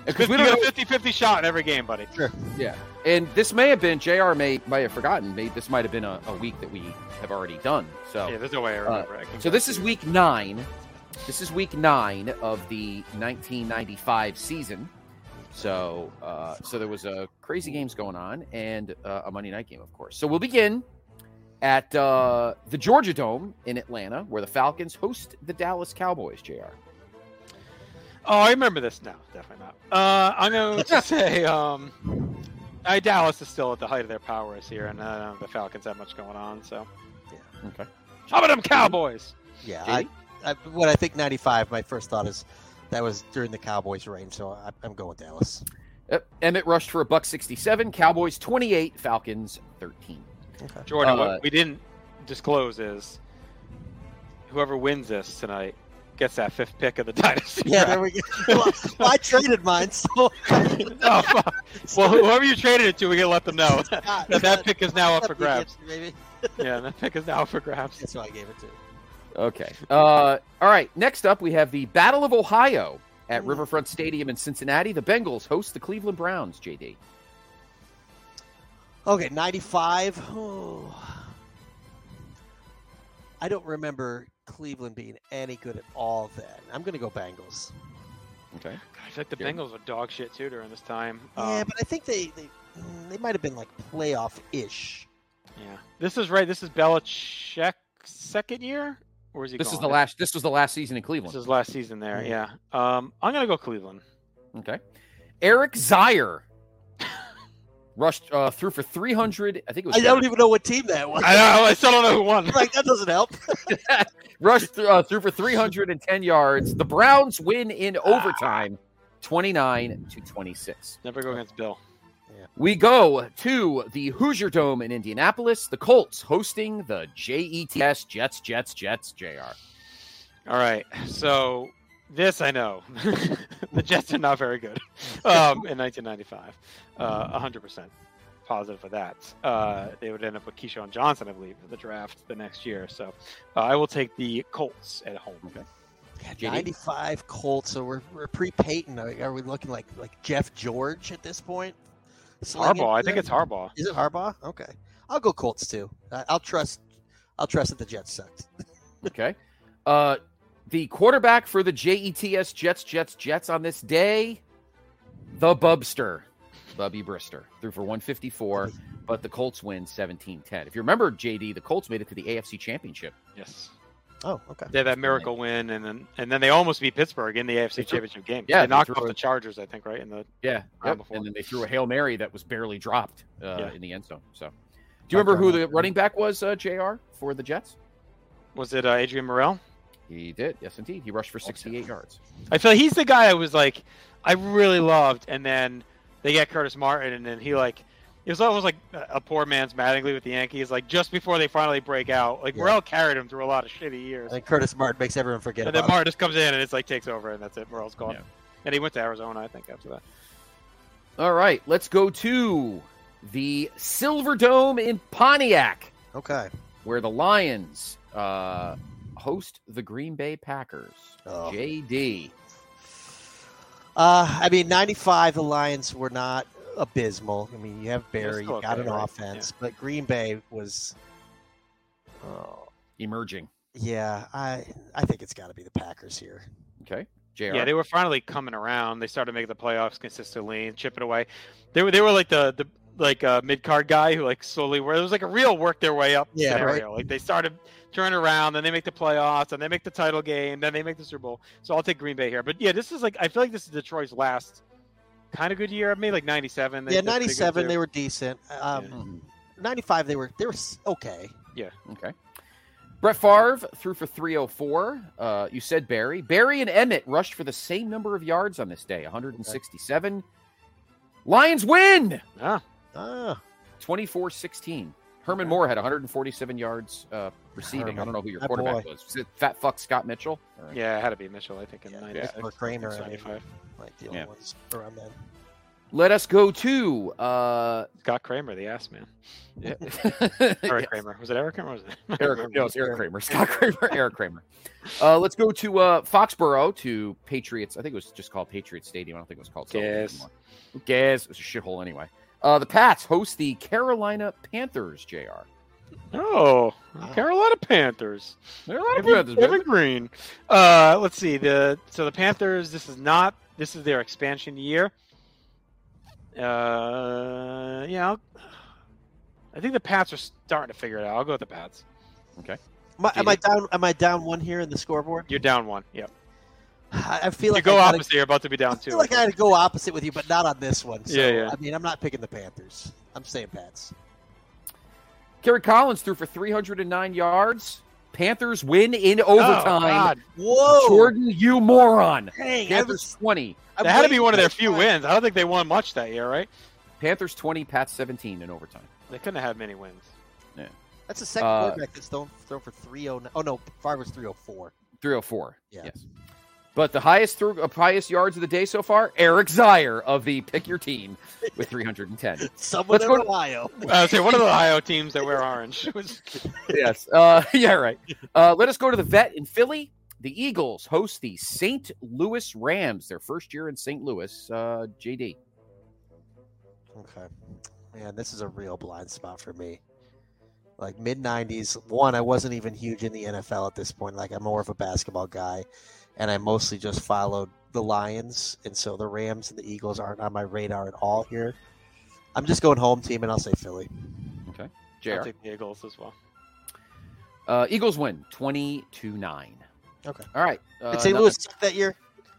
Because we
you
don't
got a 50-50 shot in every game, buddy.
Sure.
Yeah. And this may have been JR may may have forgotten. May this might have been a, a week that we have already done. So
Yeah, there's no way I
uh,
remember. I can
so this is week nine. This is week nine of the 1995 season. So uh, so there was a crazy games going on and uh, a Monday night game, of course. So we'll begin at uh, the Georgia Dome in Atlanta, where the Falcons host the Dallas Cowboys. Jr.
Oh, I remember this now. Definitely not. Uh, I'm going to say um, I, Dallas is still at the height of their powers here, and uh, the Falcons have much going on. So,
Okay.
how about them Cowboys?
Yeah, I,
JD?
I, when I think 95, my first thought is that was during the Cowboys' reign, so I, I'm going with Dallas.
Yep. Emmett rushed for a buck 67, Cowboys 28, Falcons 13.
Jordan,
Uh,
what we didn't disclose is whoever wins this tonight gets that fifth pick of the dynasty.
Yeah, there
draft.
we go. Well, I traded mine, so
oh, fuck. Well, whoever you traded it to, we gotta let them know
uh,
that that pick is now up for grabs.
Maybe
Yeah, that pick is now up for grabs.
that's why I gave it to.
Okay. Uh, all right. Next up, we have the Battle of Ohio at Riverfront Stadium in Cincinnati. The Bengals host the Cleveland Browns, JD.
Okay, 95. Oh. I don't remember Cleveland being any good at all then. I'm going to go Bengals.
Okay.
I feel like the Bengals were dog shit too during this time.
yeah,
Um,
but I think they they, mm, they might have been like playoff ish.
yeah. This is right. This is Belichick's second year, or is he?
This is
gone?
the last. This was the last season in
This
Cleveland.
is last season there. Yeah. Um, I'm gonna go Cleveland.
Okay. Eric Zier rushed uh, through for three hundred. I think it was.
I don't even know what team that was.
I know. I still don't know who won.
like that doesn't help.
rushed through, uh, through for three hundred and ten yards. The Browns win in overtime, twenty nine to twenty six.
Never go against Bill.
We go to the Hoosier Dome in Indianapolis. The Colts hosting the JETS Jets, Jets, Jets, JR.
All right. So this I know. the Jets are not very good um, in 1995. Uh, 100% positive for that. Uh, they would end up with Keyshawn Johnson, I believe, in the draft the next year. So uh, I will take the Colts at home. Okay.
Ninety five Colts. So we're, we're pre Peyton. Are, are we looking like like Jeff George at this point? Slinging
Harbaugh. I
it
think
there?
it's Harbaugh.
Is it Harbaugh? Okay, I'll go Colts too. I, I'll trust. I'll trust that the Jets sucked.
Okay. Uh, the quarterback for the JETS Jets, Jets, Jets on this day, the Bubster, Bubby Brister, threw for 154, but the Colts win 17 10. If you remember, JD, the Colts made it to the AFC Championship.
Yes.
Oh, okay.
They had that miracle win, and then and then they almost beat Pittsburgh in the AFC Championship game.
Yeah,
they
they
knocked
threw
off
a-
the Chargers, I think, right in the
Yeah.
Round
Yep.
before.
And then they threw a Hail Mary that was barely dropped uh,
Yeah.
in the end zone. So, do you remember who the running back was, uh, JR, for the Jets?
was it uh, Adrian Morrell?
He did. Yes, indeed. He rushed for 68 yards.
I feel like he's the guy I was like, I really loved, and then they get Curtis Martin, and then he like, it was almost like a a poor man's Mattingly with the Yankees. Like just before they finally break out, like
Yeah.
Morrell carried him through a lot of shitty years,
And Curtis Martin makes everyone forget
and
about
then
it.
Martin just comes in and it's like takes over, and that's it. Morrell's gone, and he went to Arizona, I think, after that.
All right, let's go to the Silver Dome in Pontiac.
Okay.
Where the Lions uh, host the Green Bay Packers.
Oh.
JD.
Uh, I mean, 95, the Lions were not abysmal. I mean, you have Barry,
still
you got
okay,
an
right?
offense, but Green Bay was. Oh,
Emerging.
yeah, I I think it's got to be the Packers here.
Okay.
Yeah, they were finally coming around. They started making the playoffs consistently and chipping away. They were they were like the the like uh, mid card guy who like slowly where it was like a real work their way up
Yeah,
scenario. Like they started turn around, then they make the playoffs, and they make the title game, then they make the Super Bowl. So I'll take Green Bay here. But yeah, this is like I feel like this is Detroit's last kind of good year. I mean, like ninety seven.
yeah, 97, they were decent. Um,
Mm-hmm.
95, they were they were s- okay.
Yeah.
Okay. Brett Favre threw for 304. Uh, you said Barry. Barry and Emmett rushed for the same number of yards on this day 167. Lions win!
Ah.
24 16. Herman Moore had 147 yards uh, receiving. I don't know who your
That
quarterback
boy.
was. Was it fat fuck Scott Mitchell? All right.
Yeah, it had to be Mitchell, I think, in ninety
it's
six.
Mark
Kramer, I mean,
ninety five.
Like the
only Yeah.
ones around then.
Let us go to uh,
Scott Kramer, the ass man.
Yeah.
Eric Kramer. Was it Eric Kramer? or Was it
Eric, no, it's Eric Kramer. Scott Kramer. Eric Kramer. Uh, let's go to uh, Foxborough to Patriots. I think it was just called Patriot Stadium. I don't think it was called. Yes. Anymore. Who cares? It was a shithole anyway. Uh, the Pats host the Carolina Panthers. Jr.
Oh, Carolina Panthers.
Carolina
Evan,
Panthers, baby.
Evan Green. Uh, let's see. The so the Panthers. This is not. This is their expansion year. Uh, yeah. I'll, I think the Pats are starting to figure it out. I'll go with the Pats.
Okay.
Am I, am I down? Am I down one here in the scoreboard?
You're down one. Yep.
I, I feel like
you go
I gotta-
opposite. You're about to be down
I
two.
feel like I had to go opposite with you, but not on this one. So,
Yeah, yeah.
I mean, I'm not picking the Panthers. I'm saying Pats.
Kerry Collins threw for 309 yards. Panthers win in overtime.
Oh, God.
Oh, Whoa.
Jordan, you moron.
Dang, I
Panthers 20.
that had to be one of their few wins. I don't think they won much that year, right?
Panthers 20, Pats 17 in overtime.
They couldn't have had many wins.
Yeah.
That's the second
Uh,
quarterback that's thrown, thrown for 309. Oh, no. Favre was 304.
304.
Yeah.
Yes. But the highest through uh, highest yards of the day so far, Eric Zier of the Pick Your Team with 310.
Someone
Let's
in
go to-
Ohio.
I was say one of the Ohio teams that wear orange. was
yes. Uh, yeah, right. Uh, let us go to the vet in Philly. The Eagles host the St. Louis Rams, their first year in St. Louis. Uh, JD.
Okay. Man, this is a real blind spot for me. Like mid 90s, one, I wasn't even huge in the NFL at this point. Like, I'm more of a basketball guy, and I mostly just followed the Lions. And so the Rams and the Eagles aren't on my radar at all here. I'm just going home team, and I'll say Philly.
Okay.
I'll
JR.
take the Eagles as well.
Uh, Eagles win 20 to 9.
Okay.
All right. Uh,
Did St.
another-
Louis suck that year?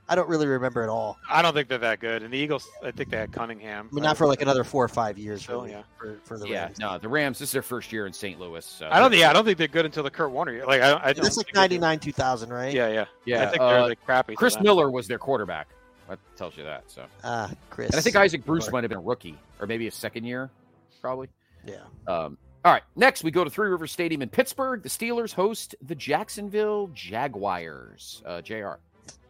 I don't really remember at all.
I don't think they're that good. And the Eagles, I think they had Cunningham.
I mean, not for like another four or five years,
Philly,
really,
yeah.
for, for the
Yeah,
Rams.
no, the Rams. This is their first year in St. Louis. So
I don't think. Yeah, I don't think they're good until the Kurt Warner year. Like I, don't- I don't
That's like
think they do.
99, 2000, right?
Yeah, yeah,
Yeah,
I think
uh,
they're like crappy.
Chris
till then.
Miller was their quarterback. That tells you that. So,
Ah, Chris.
and I think Isaac Bruce might have been a rookie or maybe a second year, probably.
Yeah.
Um, all right, next we go to Three River Stadium in Pittsburgh. The Steelers host the Jacksonville Jaguars. Uh, Jr.
All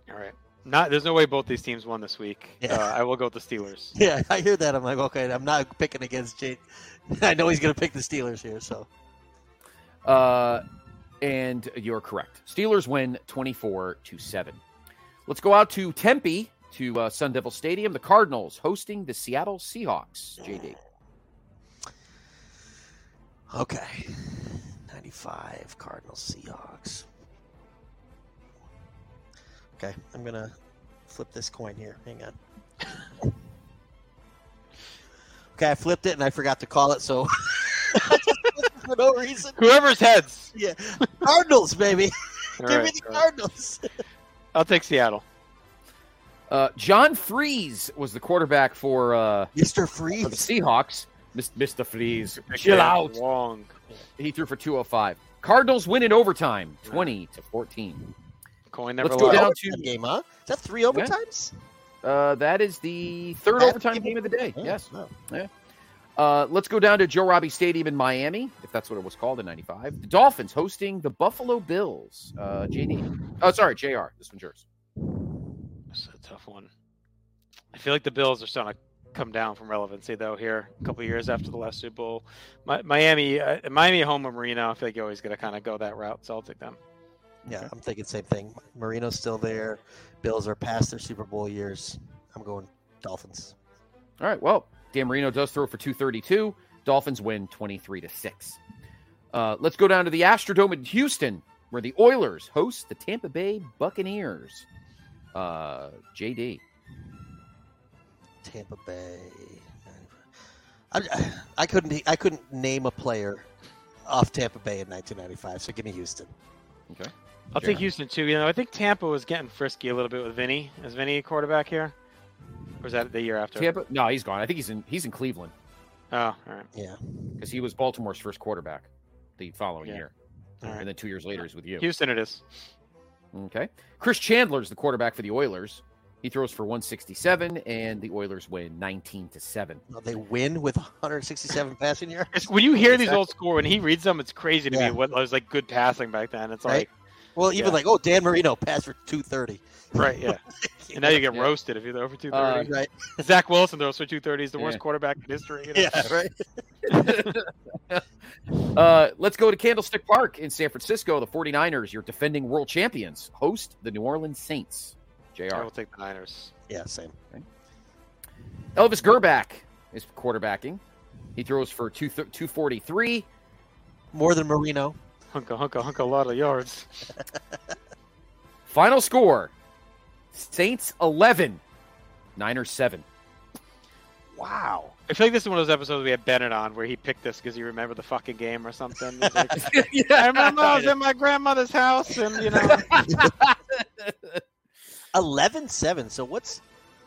right. Not. There's no way both these teams won this week.
Yeah.
Uh, I will go with the Steelers.
Yeah, I hear that. I'm like, okay, I'm not picking against Jade. I know he's going to pick the Steelers here, so.
Uh, and you're correct. Steelers win 24 to 7. Let's go out to Tempe to uh, Sun Devil Stadium. The Cardinals hosting the Seattle Seahawks. JD.
Okay. 95, Cardinals, Seahawks. Okay, I'm going to flip this coin here. Hang on. okay, I flipped it and I forgot to call it, so. I just flipped it for no reason.
Whoever's heads.
Yeah. Cardinals, baby.
All
Give me
right,
the
all right.
Cardinals.
I'll take Seattle.
Uh, John Freeze was the quarterback for uh,
Mr.
for the
Freeze.
Seahawks. Mis- Mr. Freeze, chill out.
Wrong.
He threw for 205. Cardinals win in overtime, 20 to 14.
Coin never
Let's go
lies.
down
Overtime game, huh? Is that three overtimes?
Uh, that is the third
That-
overtime game of the day.
Oh,
Yes.
wow.
Yeah. Uh, let's go down to Joe Robbie Stadium in Miami, if that's what it was called in '95. The Dolphins hosting the Buffalo Bills. Uh, JD. Oh, sorry, JR. This one's yours.
That's a tough one. I feel like the Bills are starting to come down from relevancy though. Here, a couple years after the last Super Bowl, Mi- Miami, uh, Miami at home and Marino. I feel like you're always going to kind of go that route. So I'll take them.
Yeah, I'm thinking same thing. Marino's still there. Bills are past their Super Bowl years. I'm going Dolphins.
All right. Well, Dan Marino does throw for 232. Dolphins win 23 to 6. Uh, let's go down to the Astrodome in Houston, where the Oilers host the Tampa Bay Buccaneers. Uh, JD.
Tampa Bay. I, I couldn't. I couldn't name a player off Tampa Bay in 1995. So give me Houston.
Okay.
I'll take Houston too. You know, I think Tampa was getting frisky a little bit with Vinny. Is Vinny a quarterback here? Or is that the year after?
Tampa? No, he's gone. I think he's in he's in Cleveland.
Oh, all right.
Yeah.
Because he was Baltimore's first quarterback the following
Yeah.
year.
All right.
And then two years later is with you.
Houston it is.
Okay. Chris Chandler's the quarterback for the Oilers. He throws for 167 and the Oilers win 19 to 7.
They win with 167 passing yards.
It's- when you hear these old score, when he reads them, it's crazy to
Yeah.
me what was like good passing back then. It's
Right.
like,
Well, even
Yeah.
like oh Dan Marino passed for 230.
right, yeah. and now you get roasted if you throw for two thirty.
right.
Zach Wilson throws for two thirty. He's the
Yeah.
worst quarterback in history. you know?
Uh, Yeah. Right.
Uh, let's go to Candlestick Park in San Francisco. The 49ers, your defending world champions, host the New Orleans Saints. JR.
I will take the Niners.
Yeah. Same.
Elvis Gerback is quarterbacking. He throws for two th- 243.
More than Marino.
Hunka hunka hunka a lot of yards.
Final score Saints 11, Niners 7.
Wow.
I feel like this is one of those episodes we had Bennett on where he picked this because he remembered the fucking game or something. He's like, I remember I was in my grandmother's house and you know
11-7. So what's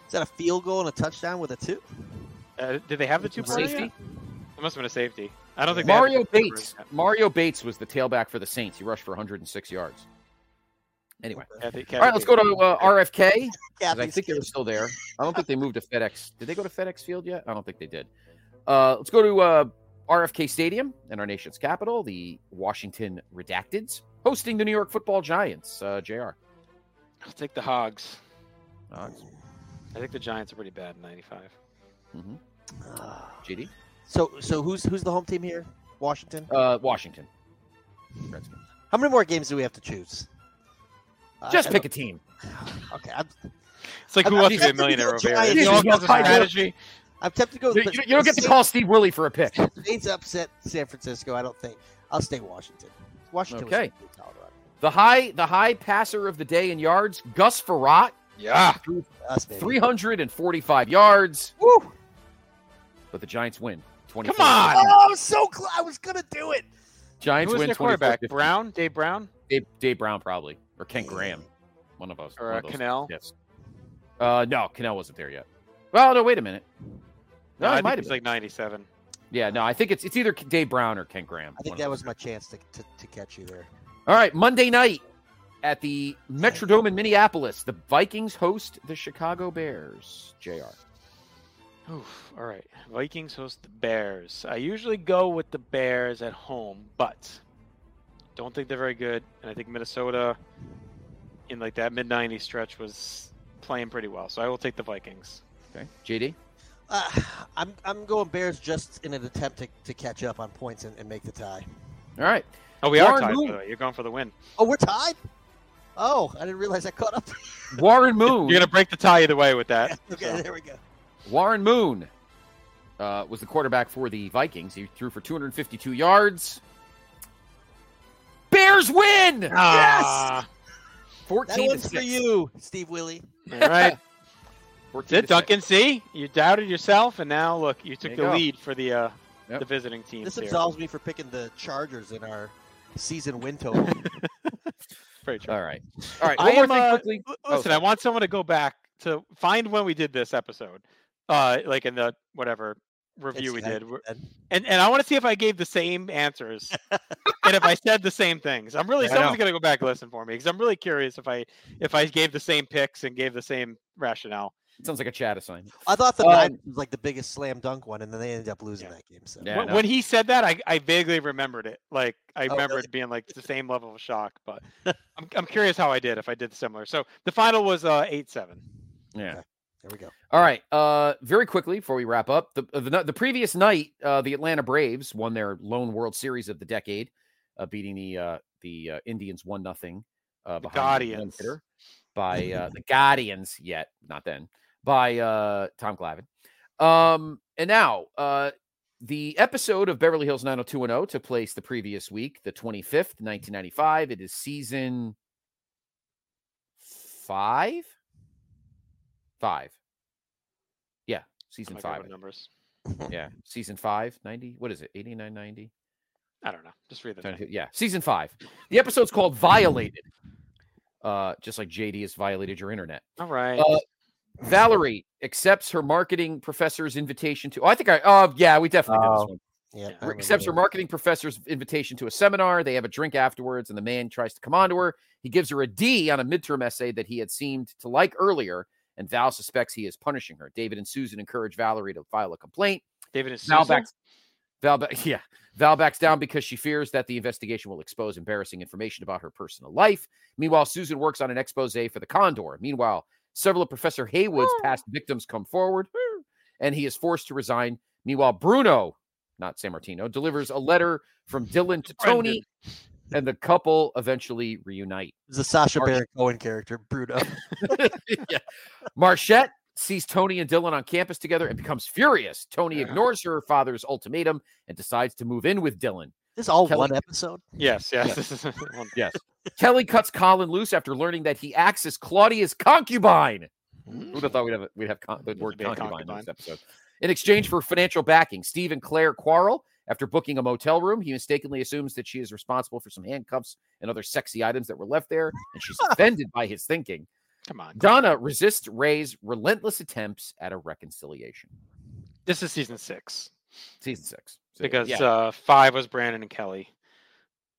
is that a field goal and a touchdown with a two?
uh, did they have the two pointer
Safety?
yet? It must have been a safety. I don't think they had the
Mario
two pointer
Bates.
yet.
Mario Bates was the tailback for the Saints. He rushed for 106 yards. Anyway.
Kathy- Kathy
All right, let's go to uh, RFK. 'cause I
Kathy's
think they were still there. I don't think they moved to FedEx. Did they go to FedEx Field yet? I don't think they did. Uh, let's go to uh, RFK Stadium in our nation's capital, the Washington Redacteds, hosting the New York Football Giants. Uh, Jr.
I'll take the Hogs.
Hogs.
I think the Giants are pretty bad in '95.
hmm
Ah.
GD.
So so who's who's the home team here? Washington.
Uh, Washington. Redskins.
How many more games do we have to choose?
Just pick a team.
a. Okay. I'm,
It's like who
I'm-
wants
I'm
to be a
tempted go
millionaire over
Giants
here? You
because
all got the
I don't-
strategy.
I'm tempted to go.
You,
but
you- you don't get to
Saints-
call Steve Willie for a pick.
Saints upset San Francisco. I don't think. I'll stay Washington. Washington. was
Okay.
gonna beat Colorado.
The high, the high passer of the day in yards, Gus Ferrat,
Yeah.
Us, baby.
345 yards,
Woo!
but the Giants win. 20
Come on.
Oh, I was so close. I was gonna do it.
Giants
Who was
win
their
24
quarterback?
15.
Brown? Dave Brown?
Dave, Dave Brown probably or Kent Graham, one of us.
Or,
one
uh,
of those.
Cannell?
Yes. Uh, no, Cannell wasn't there yet. Well, no, wait a minute. No,
I
it
think
might have
he's
been.
like '97.
yeah, no, I think it's it's either Dave Brown or Kent Graham.
I
one
think
of
that
those.
was my chance to, to, to catch you there.
All right, Monday night at the Metrodome in Minneapolis, the Vikings host the Chicago Bears. Jr.
Oof, all right. Vikings host the Bears. I usually go with the Bears at home, but don't think they're very good. And I think Minnesota in like that mid '90s stretch was playing pretty well. So I will take the Vikings.
Okay, JD.
Uh, I'm I'm going Bears just in an attempt to, to catch up on points and, and make the tie.
All right,
Oh, we are
Warren
tied. By
Moon.
the way. You're going for the win.
Oh, we're tied. Oh, I didn't realize I caught up.
Warren Moon.
You're gonna break the tie either way with that.
okay,
So,
there we go.
Warren Moon uh, was the quarterback for the Vikings. He threw for 252 yards. Bears win.
ah,
14
That
to
one's for
six.
you, Steve Willie.
All right.
14
That's it,
to
Duncan. See, you doubted yourself, and now look, you took
There you
the
go.
lead for the uh,
Yep.
the visiting team.
This
here.
absolves me for picking the Chargers in our season win total.
Pretty
six.
true.
All right. All right.
I
One more
am,
thing
uh,
quickly.
L-
Oh,
Listen, I want someone to go back to find when we did this episode, uh, like in the whatever review we did, We're- and and I want to see if I gave the same answers and if I said the same things. I'm really
Yeah, I
someone's
know.
gonna go back and listen for me because I'm really curious if I if I gave the same picks and gave the same rationale.
Sounds like a chat assignment.
I thought the
Um,
Niners was like the biggest slam dunk one, and then they ended up losing that game. So
Yeah, Oh,
when,
no.
when he said that, I, I vaguely remembered it. Like I
really?
remembered being like the same level of shock, but I'm I'm curious how I did if I did similar. So the final was uh eight seven.
Yeah.
There we go.
All right. Uh, very quickly before we wrap up, the uh, the, the previous night, uh, the Atlanta Braves won their lone World Series of the decade, uh, beating the uh, the uh, Indians one nothing uh, behind
Guardians.
one hitter by uh, the Guardians. Yet not then by uh, Tom Glavine. Um, and now uh, the episode of Beverly Hills 90210 took place the previous week, the 25th, 1995. It is season five, five. Yeah,
I'm
season
not good
five.
with numbers.
yeah, season five, 90. What is it? 89, 90?
I don't know. Just read the
Trying
name.
to- yeah, season five. The episode's called Violated. Uh, just like JD has violated your internet.
All right.
Uh, Valerie accepts her marketing professor's invitation to. Oh, I think I. Oh, yeah, we definitely did this one.
Yeah.
Re- accepts her marketing professor's invitation to a seminar. They have a drink afterwards, and the man tries to come on to her. He gives her a D on a midterm essay that he had seemed to like earlier, and Val suspects he is punishing her. David and Susan encourage Valerie to file a complaint.
David and
Val
Susan?
backs, Val, ba- yeah, Val backs down because she fears that the investigation will expose embarrassing information about her personal life. Meanwhile, Susan works on an expose for the Condor. Meanwhile, several of Professor Haywood's past victims come forward, and he is forced to resign. Meanwhile, Bruno, not San Martino, delivers a letter from Dylan to Tony, and the couple eventually reunite.
It's the Sasha
March-
Baron Cohen character, Bruno.
yeah. Marchette sees Tony and Dylan on campus together and becomes furious. Tony ignores her father's ultimatum and decides to move in with Dylan.
This all one episode?
Yes, yes.
yes. Kelly cuts Colin loose after learning that he acts as Claudia's concubine. Who would have thought we'd have we'd have con- the word
be a
concubine, in this
concubine.
episode? In exchange for financial backing, Steve and Claire quarrel after booking a motel room. He mistakenly assumes that she is responsible for some handcuffs and other sexy items that were left there, and she's offended by his thinking.
Come on.
Donna resists Ray's relentless attempts at a reconciliation.
This is season six.
Season six. So,
because
yeah.
uh, five was Brandon and Kelly.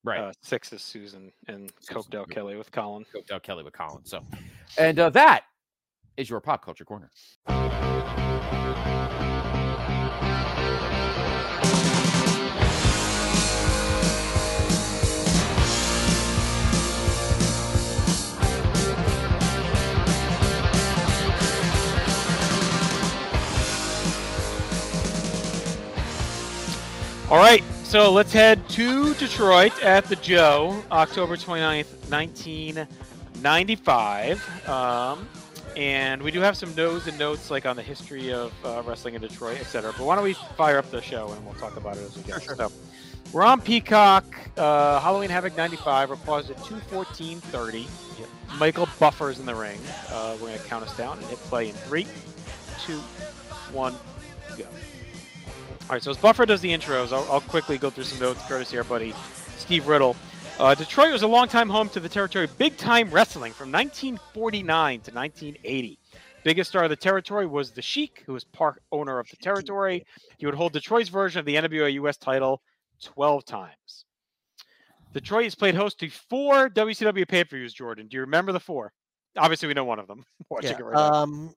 Right.
Uh, six is Susan and coked out Kelly with Colin.
Coked out Kelly with Colin. So, and uh, that is your pop culture corner.
All right, so let's head to Detroit at the Joe, October 29th, 1995. Um, and we do have some no's and notes like on the history of uh, wrestling in Detroit, etc. But why don't we fire up the show and we'll talk about it as we go. So we're on Peacock, uh, Halloween Havoc 95. We're paused at 214.30. Michael Buffer's in the ring. Uh, we're going to count us down and hit play in three, two, one, go. All right, so as Buffer does the intros, I'll, I'll quickly go through some notes courtesy our buddy Steve Riddle. Uh, Detroit was a longtime home to the territory of Big Time Wrestling from 1949 to 1980. Biggest star of the territory was the Sheik, who was park owner of the territory. He would hold Detroit's version of the NWA US title 12 times. Detroit has played host to four WCW pay per views, Jordan. Do you remember the four? Obviously, we know one of them. Watching
Yeah,
it right now.
um,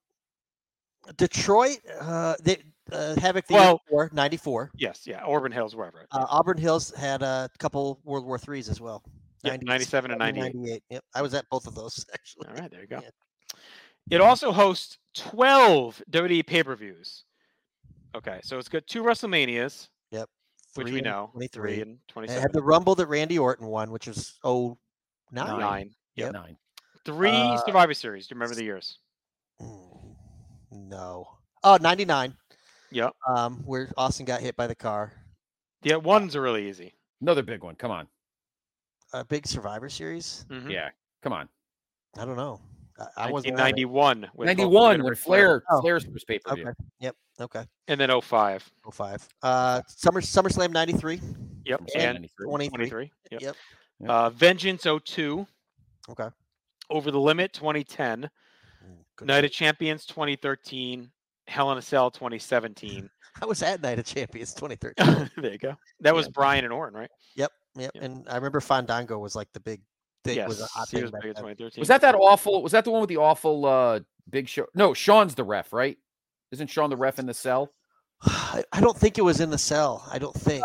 Detroit, uh, they, uh, Havoc the
Well-
year before, 94.
Yes, yeah, Auburn Hills, wherever.
Uh, Auburn Hills had a couple World War Threes as well.
Yeah, 97 and 98.
Yep, I was at both of those actually.
All right, there you go. It also hosts 12 WWE pay per views. E Okay, so it's got two WrestleManias,
Yep.
which
Three
we
and
know.
23.
Three and
It
27.
had the Rumble that Randy Orton won, which was oh nine.
Nine.
Yep.
Nine.
Three
Uh,
Survivor Series. Do you remember the years?
Mm, No. Oh, 99.
Yep.
Um, where Austin got hit by the car.
Yeah, uh, one's are really easy.
Another big one. Come on.
A big Survivor Series.
Mm-hmm.
Yeah. Come on.
I don't know. I, I wasn't. at it.
1991. with Hulk
Ninety-one
Hogan
when
and Flair.
Flair Flair's first pay per view.
Okay. Yep. Okay.
And then 05.
05. Uh, Summer SummerSlam '93.
Yep.
SummerSlam
And
93.
23.
Yep.
Yep.
Uh, Vengeance 02.
Okay.
Over the Limit 2010.
Mm,
Night of Champions 2013. Hell in a Cell 2017.
I was at Night of Champions 2013.
there you go. That was Brian and Orton, right?
yep. Yep. And I remember Fandango was like the big. Thing,
Yes.
was a hot
he
thing
was
back
big in
then.
2013.
Was that that awful? Was that the one with the awful uh big show? No, Sean's the ref, right? Isn't Sean the ref in the cell? Oh,
I, I don't think it was in the cell. I don't think.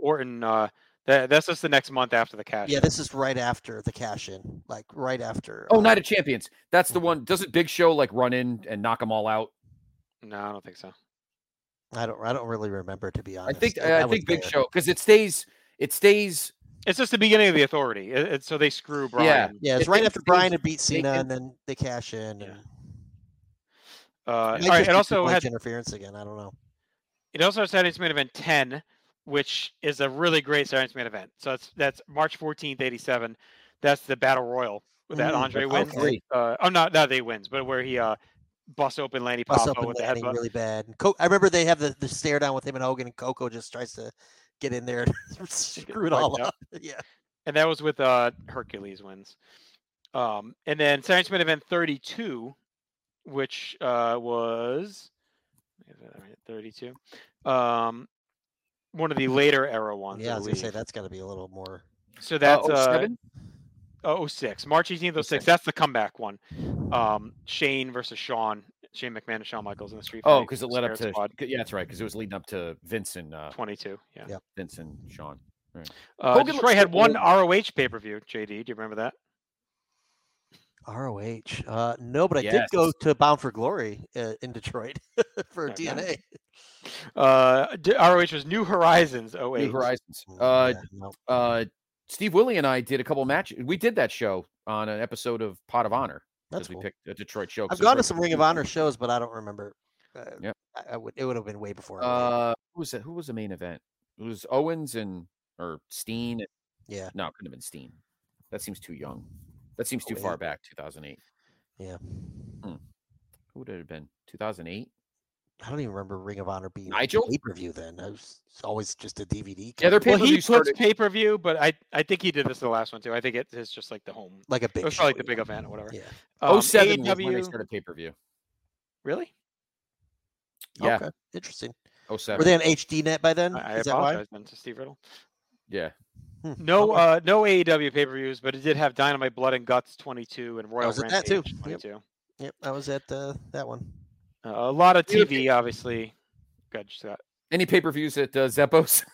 Orton uh, That, that's just the next month after the cash.
Yeah, this is right after the cash in, like right after. uh,
Oh, Night of Champions. That's the one. Doesn't Big Show like run in and knock them all out?
No, I don't think so.
I don't. I don't really remember to be
I
honest.
think
Like,
I,
was
think Big
there.
Show because it stays. It stays. uh,
It's just the beginning of the Authority. It, it- so they screw Brian.
Yeah.
Yeah, it's
It-
right
it
after
stays-
Brian had beat
they
Cena,
can-
and then they cash in. And
Uh, all
Might
right.
just
It
be
also
Triple H
had
interference again. I don't know.
It also has Saturday's main event 10, which is a really great Saturday's main event. So that's that's March 14th, 87. That's the battle royal with that
Mm,
Andre
okay.
wins. Uh, oh, not not that he wins, but where he uh, busts open Lanny
Bust
Poffo
up and
with the
landing
headbutt.
really bad. And Co- I remember they have the, the stare down with him and Hogan, and Coco just tries to get in there and screw it all
wiped
up.
out.
Yeah.
And that was with uh, Hercules wins. Um, and then Saturday's main event 32, which uh, was is that right? 32. Um, one of the later era ones.
Yeah, I was gonna
believe.
say that's got to be a little more.
So that's uh,
07?
oh, 06. March 18th, 06. That's the comeback one. Um, Shane versus Sean. Shane McMahon and Shawn Michaels in the street.
Oh,
fight,
because it led up
Spirit
to.
Squad.
Yeah, that's right. Because it was leading up to Vince and uh,
22. Yeah.
Yep.
Vince and Sean. Right.
Uh,
Hogan
Detroit
looks
had
so
one
old.
ROH pay per view. JD, do you remember that?
ROH. Uh, no, but I did go
Yes.
to Bound for Glory uh, in Detroit for
Okay.
DNA.
Uh, D- ROH was New Horizons. Oh,
New Horizons. Uh, uh, Steve Willie and I did a couple matches. We did that show on an episode of Pot of Honor.
That's
because We picked a Detroit show. 'cause it
I've
was
gone to
right
some
before
Ring of
we-
Honor shows, but I don't remember. Uh,
Yeah.
I, I would. It would have been way before. I went.
Uh, who was that? Who was the main event? It was Owens and or Steen. and-
Yeah.
No, it couldn't have been Steen. That seems too young. That seems too far
08.
back. 2008.
yeah.
Who would it have been? 2008.
I don't even remember Ring of Honor being
Nigel?
pay per view then. I was it's always just a DVD.
Yeah, their
Well,
company.
pay-per-view
he puts
started-
pay per view, but I I think he did this the last one too. I think it is just like the home,
Like a big
It was
show,
probably like the
yeah.
big event or whatever.
Yeah. Oh
Um,
07 was
E
when they
AEW
started pay per view.
Really?
Yeah.
Okay. Interesting.
07.
Were they on HD net by then?
I, I
Is that why?
apologize then to Steve Riddle.
Yeah.
No, uh, no AEW pay per views, but it did have Dynamite Blood and Guts 22 and Royal
was at that
Rampage
too. Yep.
22.
Yep, I was at uh, that one.
Uh, a lot of TV, obviously. Good shot.
Any pay per views at uh, Zeppos?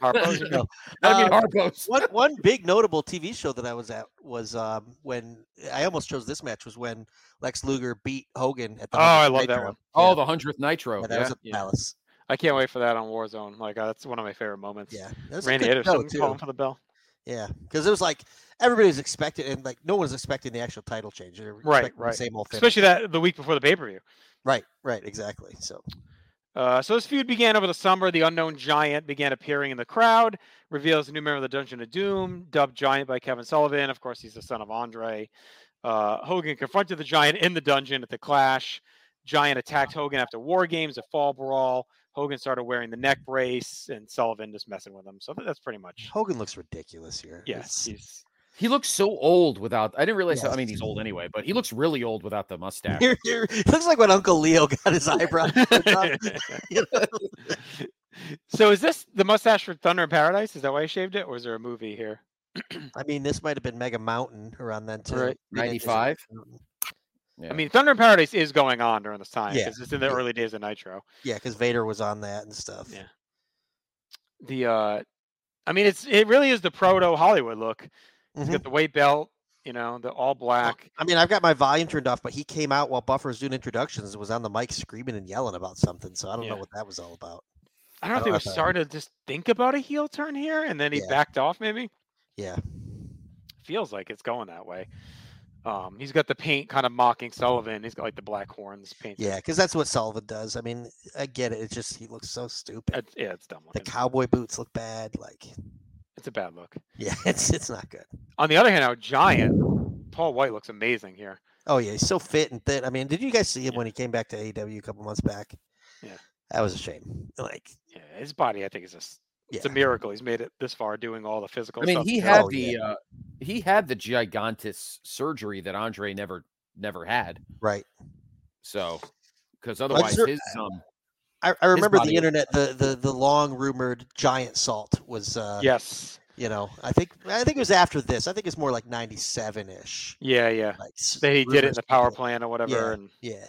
Harpo's
No.
I mean
Uh,
Harpo's.
one one big notable TV show that I was at was um, when I almost chose this match was when Lex Luger beat Hogan at the.
Oh, I
100th
love that
Nitro.
one.
Oh, the hundredth Nitro.
Yeah, that
Yeah.
was at the Palace.
I can't wait for that on Warzone. Like uh, that's one of my favorite moments.
Yeah, that was a
Randy
good show,
Anderson
too.
calling for the bell.
Yeah, because it was like everybody was expecting, and like no one was expecting the actual title change. They were
Right,
expecting the
right.
Same old finish.
Especially that the week before the pay per view.
Right, right, exactly. So
Uh, so this feud began over the summer. The unknown giant began appearing in the crowd, reveals a new member of the Dungeon of Doom, dubbed Giant by Kevin Sullivan. Of course, he's the son of Andre. Uh, Hogan confronted the giant in the dungeon at the clash. Giant attacked Hogan after War Games, a fall brawl. Hogan started wearing the neck brace, and Sullivan just messing with him. So that's pretty much
Hogan looks ridiculous here.
yes.
It's-
he's-
He looks so old without. I didn't realize. How, I
Yes.
mean, he's old anyway, but he looks really old without the mustache.
You're- you're- it looks like when Uncle Leo got his eyebrow. clipped off, you know?
So is this the mustache for Thunder in Paradise? Is that why he shaved it, or is there a movie here?
I mean, this might have been Mega Mountain around then too.
Right,
Teenagers in Mega
95?
Mountain.
Yeah.
I mean, Thunder in Paradise is going on during this time
Yeah,
because it's in the
yeah.
early days of Nitro.
Yeah, because Vader was on that and stuff.
Yeah. the uh I mean it's it really is the proto Hollywood look. He's
Mhm.
got the white belt, you know, the all black.
I mean, I've got my volume turned off, but he came out while Buffer was doing introductions and was on the mic screaming and yelling about something. So I don't
Yeah.
know what that was all about.
I don't know if they
don't
were
know if I-
starting to just think about a heel turn here and then he
Yeah.
backed off maybe.
Yeah.
Feels like it's going that way. Um he's got the paint kind of mocking Sullivan. He's got like the black horns painted.
Yeah, because that's what Sullivan does. I mean, I get it. It's just he looks so stupid.
It's- yeah, it's dumb
the
looking.
cowboy boots look bad. Like,
It's a bad look.
yeah, it's it's not good.
On the other hand, now Giant Paul White looks amazing here.
Oh yeah, he's so fit and thin. I mean, did you guys see him when he came back to AEW a couple months back?
Yeah.
that was a shame. Like,
Yeah, his body I think is just it's a
Yeah.
miracle. He's made it this far doing all the physical
I mean,
stuff.
he
he's
had
doing.
the uh, he had the gigantus surgery that Andre never never had.
right.
So, because otherwise
sur-
his um,
I, I remember
body-
the internet, the, the the long rumored giant salt was. Uh,
Yes.
You know, I think I think it was after this. I think it's more like ninety seven ish.
Yeah, yeah.
Like s-
That he did it in
rumors
the power
about it.
plant or whatever.
Yeah,
and
yeah.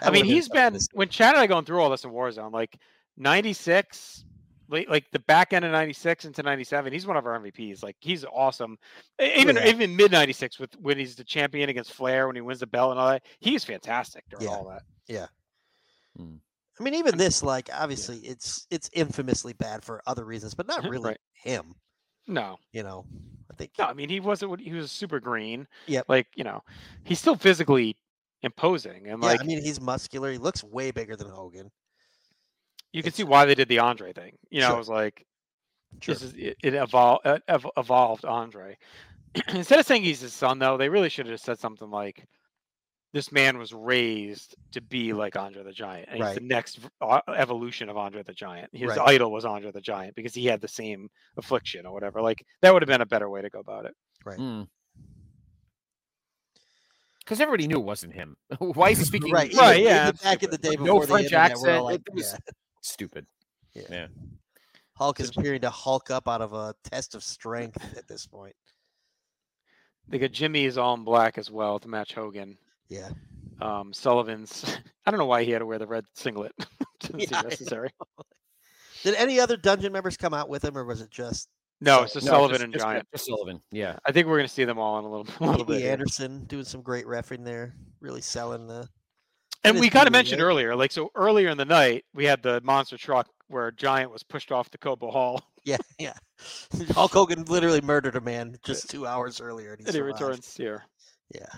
I mean,
he's
he's been when Chad and I going through all this in Warzone, like '96 late, like the back end of 96 into 97 he's one of our mvps like he's awesome E- even
Yeah.
even mid 96 with when he's the champion against flair when he wins the belt and all that he's fantastic during all that
Yeah. I mean, even this, like, obviously, it's it's infamously bad for other reasons, but not really him.
no
You know, I think.
no i mean he wasn't what he was super green
Yeah.
like you know he's still physically imposing and
Yeah,
like
I mean, he's muscular. He looks way bigger than Hogan.
you can see why they did the Andre thing. You know,
Sure.
it was like
Sure.
this is it, it evolved uh, ev- evolved Andre. Instead of saying he's his son, though, they really should have said something like, "This man was raised to be like Andre the Giant, and he's
Right.
the next v- uh, evolution of Andre the Giant. His
Right.
idol was Andre the Giant because he had the same affliction or whatever." Like that would have been a better way to go about it.
Right.
hmm. Because everybody knew it wasn't him. Why is he speaking?
Right, even- even back in the day
No
before the
French
internet, we're all
accent.
like,
it was
yeah.
Stupid.
Yeah.
yeah.
Hulk is appearing to Hulk up out of a test of strength at this point.
They got Jimmy's all in black as well to match Hogan.
Yeah.
Um, Sullivan's. I don't know why he had to wear the red singlet. Doesn't
Yeah, I
seem necessary.
Did any other dungeon members come out with him, or was it just
No, Oh, it's just
No,
Sullivan
just-
and
just-
Giant.
just Sullivan, yeah.
I think we're gonna see them all in a little, a little bit.
Lee
here.
Anderson doing some great refereeing there, really selling the?
And
it
we
is
kind
pretty
of mentioned
good.
earlier, like so earlier in the night, we had the monster truck where Giant was pushed off the Cobo Hall
Yeah, yeah. Hulk Hogan literally murdered a man just two hours earlier, and he,
Uh, and he
survived.
returns here.
Yeah.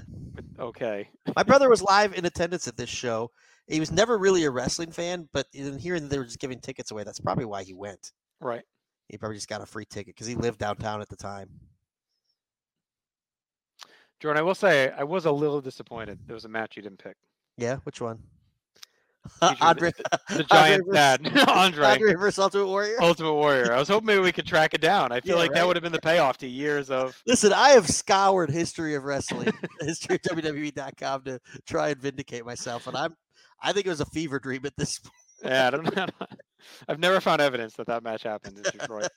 Okay.
My brother was live in attendance at this show. He was never really a wrestling fan, but in hearing that they were just giving tickets away, that's probably why he went.
Right.
He probably just got a free ticket because he lived downtown at the time.
Jordan, I will say I was a little disappointed. There was a match you didn't pick.
Yeah, which one?
Featured
Andre,
The Giant uh, dad, Andre.
Andre versus Ultimate Warrior.
Ultimate Warrior. I was hoping maybe we could track it down. I feel
Yeah,
like that
right.
would have been the payoff to years of
Listen, I have scoured history of wrestling, history of WWE.com to try and vindicate myself, and I'm, I think it was a fever dream at this point.
yeah. I don't know. I've never found evidence that that match happened in Detroit.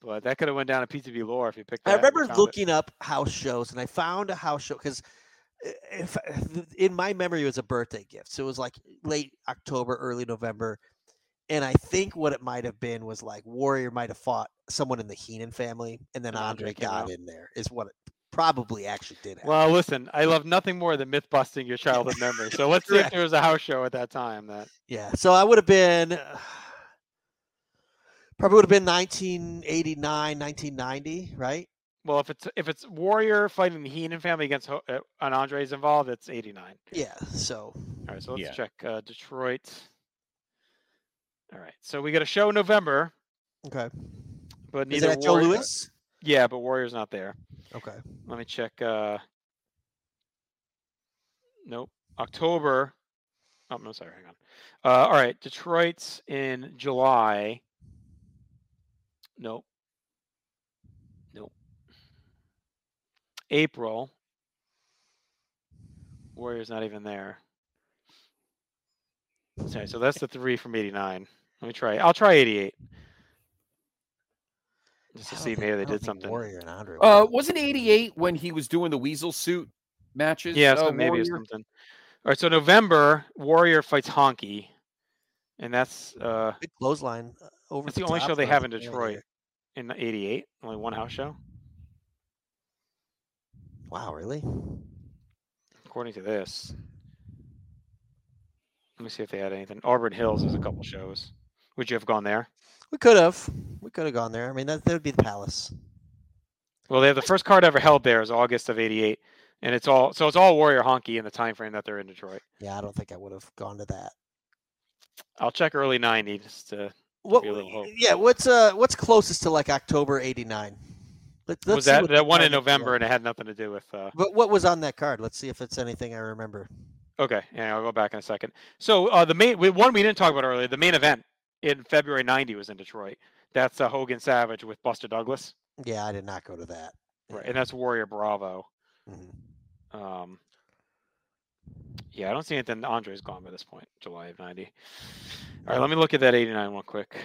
But that could have went down in PTV lore if you picked. That
I
and we
remember
found it.
looking up house shows, and I found a house show because, if, in my memory, it was a birthday gift. So it was like late October, early November, and I think what it might have been was like Warrior might have fought someone in the Heenan family, and then
And
Andre
Andre came
got
out.
in there. Is what it probably actually did. Happen.
Well, listen, I love nothing more than myth busting your childhood memory. So let's see if
Correct.
there was a house show at that time that
Yeah, so I would have been uh, probably would have been 1989, 1990, right?
well, if it's if it's Warrior fighting the Heenan family against Ho- uh, and Andre's involved, it's 89.
Yeah. So
All right, so let's
Yeah.
check uh, Detroit. All right. So we got a show in November,
okay,
but
Is it
neither
at Joe
Warrior-
Louis?
Yeah, but Warrior's not there.
okay,
Let me check uh Nope. October. Oh no, sorry, hang on. Uh, all right, Detroit's in July. Nope. Nope. April. Warriors not even there. Sorry, so that's the three from '89. Let me try. I'll try '88. Just to see, maybe they did something.
Warrior and Andre.
Uh, wasn't 88 when he was doing the weasel suit matches?
Yeah,
uh,
so maybe it's
Warrior?
something. All right, so November Warrior fights Honky, and that's uh,
Big clothesline uh, over.
that's the
the
only
top
show they
rope
have in
earlier.
Detroit in '88. Only one house show,
Wow, really?
according to this. Let me see if they had anything. Auburn Hills has a couple shows. Would you have gone there?
We could have. We could have gone there. I mean, that, that would be the Palace.
Well, they have the first card ever held there is August of '88, and it's all so it's all Warrior Honky in the time frame that they're in Detroit.
Yeah, I don't think I would have gone to that.
I'll check early '90s just to
What-
give you a little hope.
Yeah, what's uh, what's closest to like October '89? Let,
was that that one in
November?
November, and it had nothing to do with. Uh,
But what was on that card? Let's see if it's anything I remember.
Okay, yeah, I'll go back in a second. So uh, the main we- one we didn't talk about earlier, the main event in February '90 was in Detroit. That's uh, Hogan Savage with Buster Douglas,
Yeah, I did not go to that.
right? And that's Warrior Bravo.
Mhm.
Um, yeah, I don't see anything. Andre's gone by this point, July of '90. All right, let me look at that '89 one quick.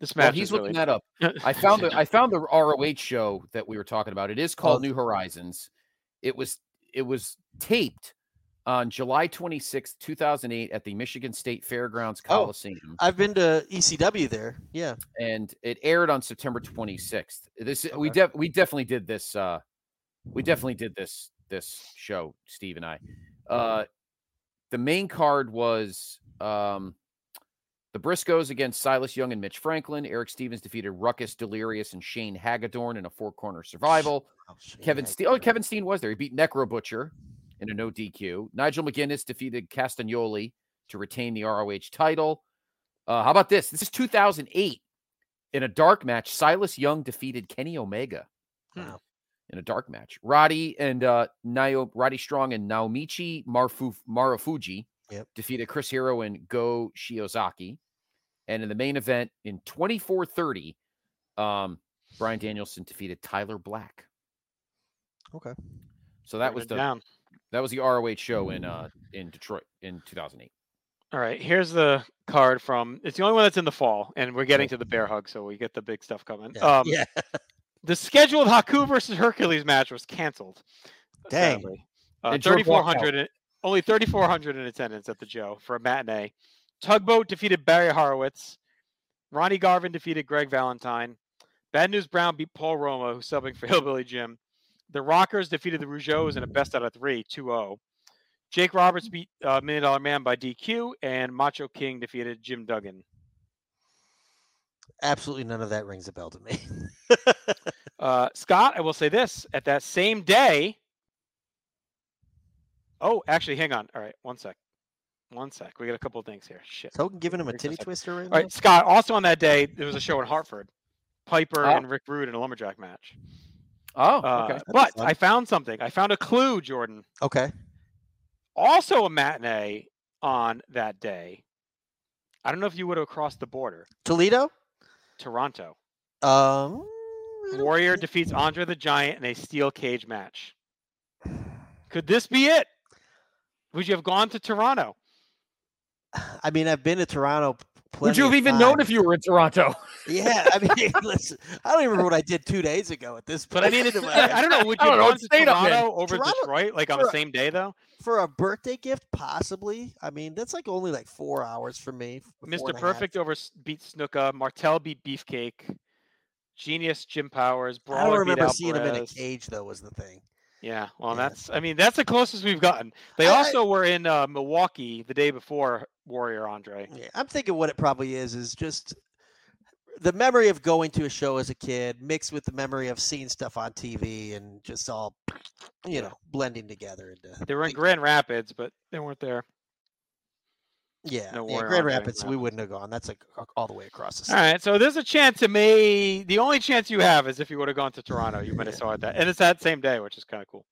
This match.
Well, he's
is
looking
really...
that up. I found the I found the ROH show that we were talking about. It is called New Horizons. It was it was taped on July 26th, 2008, at the Michigan State Fairgrounds
Oh,
Coliseum.
I've been to ECW there. Yeah.
and it aired on September 26th. This we def- we definitely did this. Uh, we definitely did this this show. Steve and I. Uh, the main card was um, the Briscoes against Silas Young and Mitch Franklin. Eric Stevens defeated Ruckus, Delirious, and Shane Hagadorn in a four corner survival. Kevin Steen. Oh, Kevin Steen was there. He beat Necro Butcher in a no DQ. Nigel McGuinness defeated Castagnoli to retain the ROH title. Uh, how about this? This is 2008. In a dark match, Silas Young defeated Kenny Omega.
Wow.
In a dark match, Roddy and uh, Nio- Roddy Strong and Naomichi Marfu- Marufuji
Yep.
defeated Chris Hero and Go Shiozaki. And in the main event in 24:30, um, Brian Danielson defeated Tyler Black.
Okay.
So that
Write
was
it
the
down.
that was the ROH show in uh in Detroit in 2008.
All right, here's the card from. It's the only one that's in the fall, and we're getting to the bear hug, so we get the big stuff coming.
Yeah.
Um,
Yeah.
the scheduled Haku versus Hercules match was canceled.
Dang.
sadly. Uh,
And George walked out.
3,400, in- only 3,400 in attendance at the Joe for a matinee. Tugboat defeated Barry Horowitz. Ronnie Garvin defeated Greg Valentine. Bad News Brown beat Paul Roma, who's subbing for Hillbilly Jim. The Rockers defeated the Rougeaus in a best out of three, 2 0. Jake Roberts beat uh, Million Dollar Man by DQ, and Macho King defeated Jim Duggan.
Absolutely none of that rings a bell to me.
Uh, Scott, I will say this at that same day. Oh, actually, hang on. All right, one sec. One sec. We got a couple of things here. Shit.
Token giving him a
Brings us
titty
up.
twister right
All
now?
right, Scott. Also on that day, there was a show in Hartford. Piper
Oh.
and Rick Rude in a lumberjack match.
Oh,
Uh,
okay. That'd be
But
fun.
I found something. I found a clue, Jordan.
Okay.
Also a matinee on that day. I don't know if you would have crossed the border.
Toledo?
Toronto.
Um,
Warrior defeats Andre the Giant in a steel cage match. Could this be it? Would you have gone to Toronto?
I mean, I've been to Toronto. p-
Would
plenty
you
of
have even
times.
known if you were in Toronto?
Yeah, I mean, listen, I don't even remember what I did two days ago at this
But
point.
I mean, it's, I, I don't know. Would
I
you
don't
have
know,
gone
it's
to
stayed up in.
Toronto over
Toronto-
Detroit like on
for
the
a-
same day though?
For a birthday gift, possibly. I mean, that's like only like four hours for me. f- four
Mr.
and a half.
Perfect over S- beat Snuka. Martel beat Beefcake. Genius Jim Powers. Brawler
I don't
beat
remember seeing him in a
Alvarez.
cage, though, was the thing.
Yeah, well, that's I mean that's the closest we've gotten. They
I- I-
also were in uh, Milwaukee the day before Warrior Andre.
Yeah, I'm thinking what it probably is is just the memory of going to a show as a kid mixed with the memory of seeing stuff on TV and just all, you know, blending together into.
They were in Grand Rapids, but they weren't there.
Yeah,
No
yeah,
Warrior
Grand
Andre,
Rapids, we
no.
wouldn't have gone. That's like a- all the way across the
All right, so there's a chance to me. The only chance you have is if you would have gone to Toronto, you might have saw it that, and it's that same day, which is kind of cool.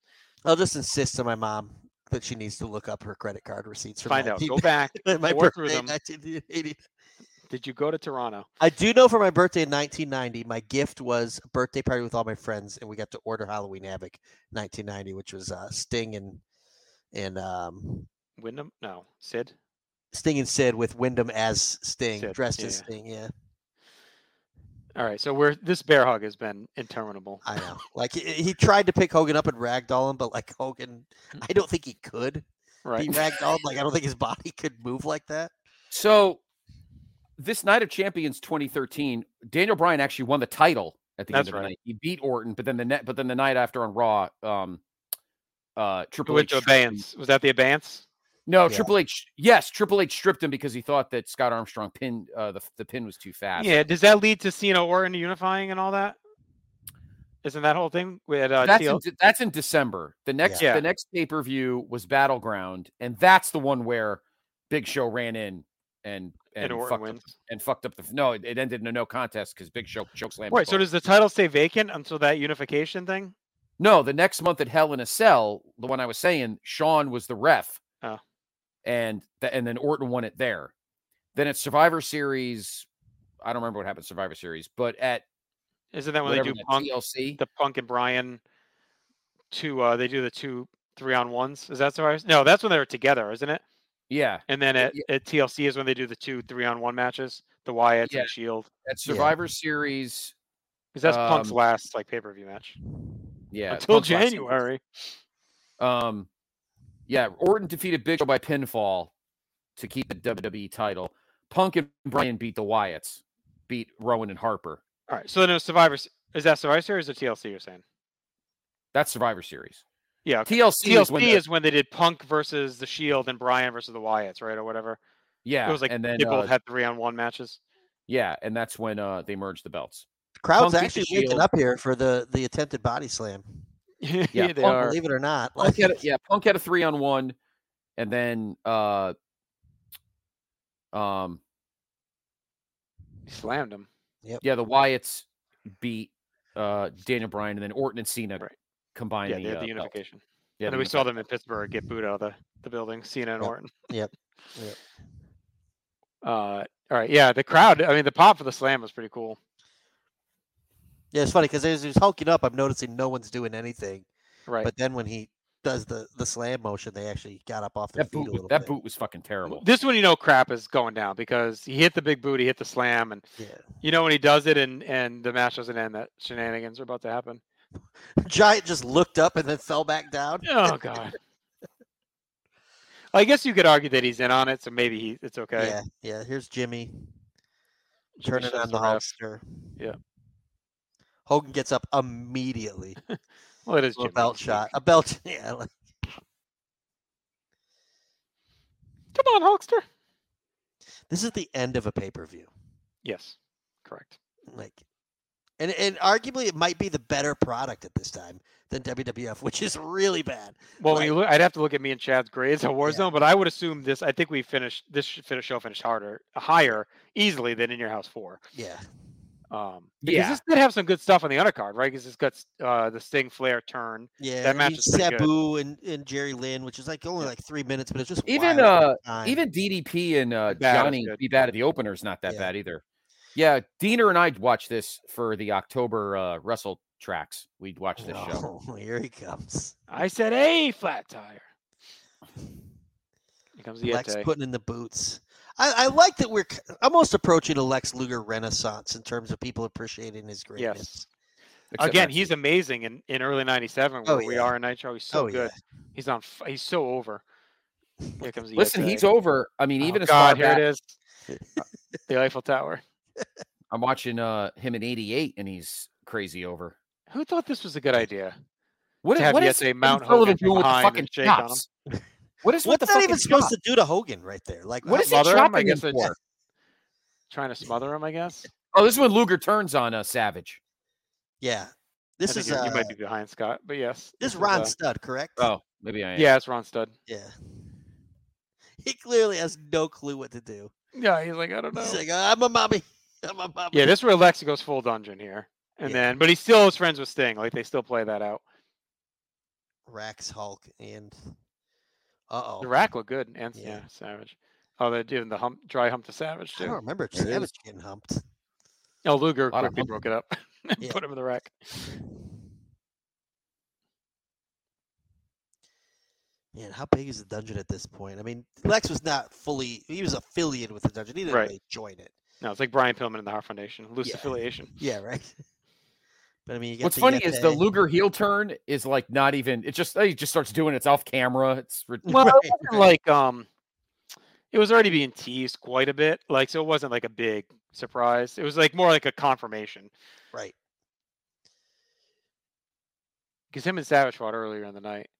I'll just insist to my mom that she needs to look up her credit card receipts. From
Find out.
19
Go back.
my
pour
birthday,
through them.
1980.
Did you go to Toronto?
I do know for my birthday in 1990, my gift was a birthday party with all my friends, and we got to order Halloween Havoc 1990, which was uh, Sting and and um,
Wyndham? No, Sid.
Sting and Sid with Wyndham as Sting,
Sid,
dressed
yeah,
as
yeah.
Sting. Yeah,
All right, so we're this bear hug has been interminable.
I know. Like he, he tried to pick Hogan up and ragdoll him, but like Hogan, I don't think he could
Hmm. Right.
be ragdolled. Like I don't think his body could move like that.
So, this Night of Champions 2013, Daniel Bryan actually won the title at the end
That's
of the
right.
night. He beat Orton, but then the net, but then the night after on Raw, um, uh,
Who
Triple
went
H.
to
stripped him.
abeyance? Was that the abeyance?
No,
Yeah.
Triple H. Yes, Triple H stripped him because he thought that Scott Armstrong pinned uh, the the pin was too fast.
Yeah. Does that lead to Cena Orton unifying and all that? Isn't that whole thing with uh,
that's in,
TL?
De- that's in December. The next
Yeah.
the next pay per view was Battleground, and that's the one where Big Show ran in and and,
And Orton
fucked up,
wins.
and fucked up the no. It, it ended in a no contest because Big Show chokeslammed.
Right. So
both.
does the title stay vacant until that unification thing?
No, the next month at Hell in a Cell, the one I was saying, Sean was the ref.
Oh.
And th- and then Orton won it there. Then at Survivor Series, I don't remember what happened at Survivor Series, but at
Isn't that when they
whatever
do
that
Punk,
TLC,
the Punk and Brian? Two. Uh, they do the two three on ones. Is that so? No, that's when they were together, isn't it?
yeah,
And then at,
yeah.
at TLC is when they do the two three on one matches, the Wyatt
Yeah.
and Shield.
at
Yeah.
Survivor Series,
Because that's Punk's
Um,
last like pay per view match
yeah,
until
Punk's last-
January.
Um, Yeah, Orton defeated Big Show by pinfall to keep the WWE title. Punk and Bryan beat the Wyatts, beat Rowan and Harper.
All right. So then it was Survivor. Se- Is that Survivor Series or TLC? You're saying?
That's Survivor Series.
Yeah. okay.
TLC
TLC
is when the-
is when they did Punk versus the Shield and Bryan versus the Wyatts, right, or whatever.
Yeah,
It was like
and then,
they both
uh,
had three on one matches.
Yeah, and that's when uh, they merged the belts.
Crowd's
Punk beat the
actually waking
Shield.
up here for the the attempted body slam.
yeah,
they are.
Believe it or not,
Punk had a, yeah, Punk had a three on one, and then uh, um,
He slammed him.
yeah, the Wyatts beat uh Daniel Bryan, and then Orton and Cena combined.
Yeah, they
the,
had
uh,
the
belt.
unification.
Yeah,
and
the
then we saw them in Pittsburgh get booed out of the, the building, Cena and
Yep.
Orton.
Yep. Yep.
Uh, all right. Yeah, the crowd. I mean, the pop for the slam was pretty cool.
Yeah, it's funny because as he's hulking up, I'm noticing no one's doing anything.
Right.
But then when he does the the slam motion, they actually got up off their
That
feet
boot,
a
was-
little
that
bit.
boot was fucking terrible.
This one, you know, crap is going down because he hit the big boot, he hit the slam, and
Yeah.
you know when he does it and and the match doesn't end, that shenanigans are about to happen.
Giant just looked up and then fell back down.
Oh god. I guess you could argue that he's in on it, so maybe he it's okay.
Yeah, yeah. Here's Jimmy
Jimmy
turning
shows
on the
the ref.
holster.
Yeah.
Hogan gets up immediately.
Well, it is
for a
Jimmy,
belt
he's
shot. A belt. Yeah. Like,
Come on, Hulkster.
this is the end of a pay per view.
Yes, correct.
Like, and and arguably it might be the better product at this time than WWF, which is really bad.
Well,
Like-
when you look, I'd have to look at me and Chad's grades on Warzone, but I would assume this. I think we finished this sh- finish show finished harder, higher, easily than in your house four.
Yeah.
Um, because
Yeah.
this did have some good stuff on the undercard, right? Because it's got uh, the Sting Flair turn.
Yeah,
that
I mean,
match is pretty good.
Sabu and, and Jerry Lynn, which is like only like three minutes, but it's just
Even
wild
uh,
time.
even DDP and uh,
Bad is
Johnny
good.
be bad at the opener is not that bad either. Yeah, Diener and I watched this for the October uh, Wrestle tracks. We'd watch this show.
Oh, here he comes.
I said, "Hey, flat tire." Here comes the
Lex
Ete.
putting in the boots. I, I like that we're k- almost approaching a Lex Luger renaissance in terms of people appreciating his greatness.
Yes.
Except
Again,
Matt
he's amazing in, in early '97 where
Oh,
we
yeah.
are in Nitro. He's so
Oh, yeah.
good. He's on. f- He's so over. Here comes the
Listen,
Ete.
he's over. I mean,
Oh,
even as far
God, here
back-
it is. Uh, the Eiffel Tower.
I'm watching uh him in '88, and he's crazy over.
Who thought this was a good idea?
What
to
is
have
what
yet
is
to
Jim
Mount
Sullivan
Hogan from
doing with the
behind
fucking
and shake on him?
chops? What is with
What's
the
that
fucking
even supposed
chop?
to do to Hogan right there? Like, uh,
What is he
Smother him, I
chopping him
guess it's-
for?
Trying to smother him, I guess.
Oh, this is when Luger turns on uh, Savage.
yeah,
I
this
think
is
you, you
uh,
might be behind Scott, but yes.
this is Ron
uh,
Stud, correct?
Oh, maybe I am.
Yeah, it's Ron Stud.
Yeah, he clearly has no clue what to do.
Yeah, he's like, I don't know.
He's like, "Ah, I'm a mommy. I'm a mommy.
Yeah, this is where Lex goes full dungeon here, and
Yeah.
then, but he still is friends with Sting. Like they still play that out.
Rax Hulk and uh oh,
The rack looked good, and yeah,
Yeah.
Savage. Oh, they're doing the hump, dry hump to Savage
I
too.
don't remember
There it is.
Savage getting humped.
Oh, Luger
Lot of
quickly
hump.
broke it up, and
Yeah.
put him in the rack.
Man, how big is the dungeon at this point? I mean, Lex was not fully, he was affiliated with the dungeon. He didn't
Right.
really join it.
No, it's like Brian Pillman in the Heart Foundation, loose
Yeah.
affiliation.
Yeah, right. But I mean, you got
What's
the
funny is the
Yeti.
Luger heel turn is like not even. It just he just starts doing it. it's off camera. It's rid-
Well,
Right.
it wasn't like um, it was already being teased quite a bit. Like, so it wasn't like a big surprise. It was like more like a confirmation
Right.
because him and Savage fought earlier in the night,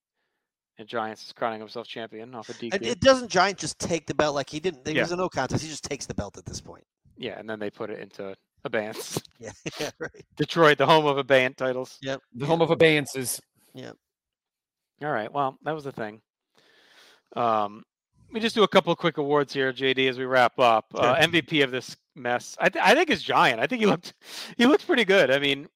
and Giants is crowning himself champion off a DQ.
And it doesn't Giant just take the belt like he didn't. There
Yeah.
was a no contest. He just takes the belt at this point.
yeah, and then they put it into abeyance.
Yeah, yeah, right.
Detroit, the home of abeyant titles.
Yep.
the home of abeyances.
All right. Well, that was the thing. Um, let me just do a couple of quick awards here, JD, as we wrap up. Uh, MVP of this mess, I, th- I think is Giant. I think he looked he looked pretty good. I mean,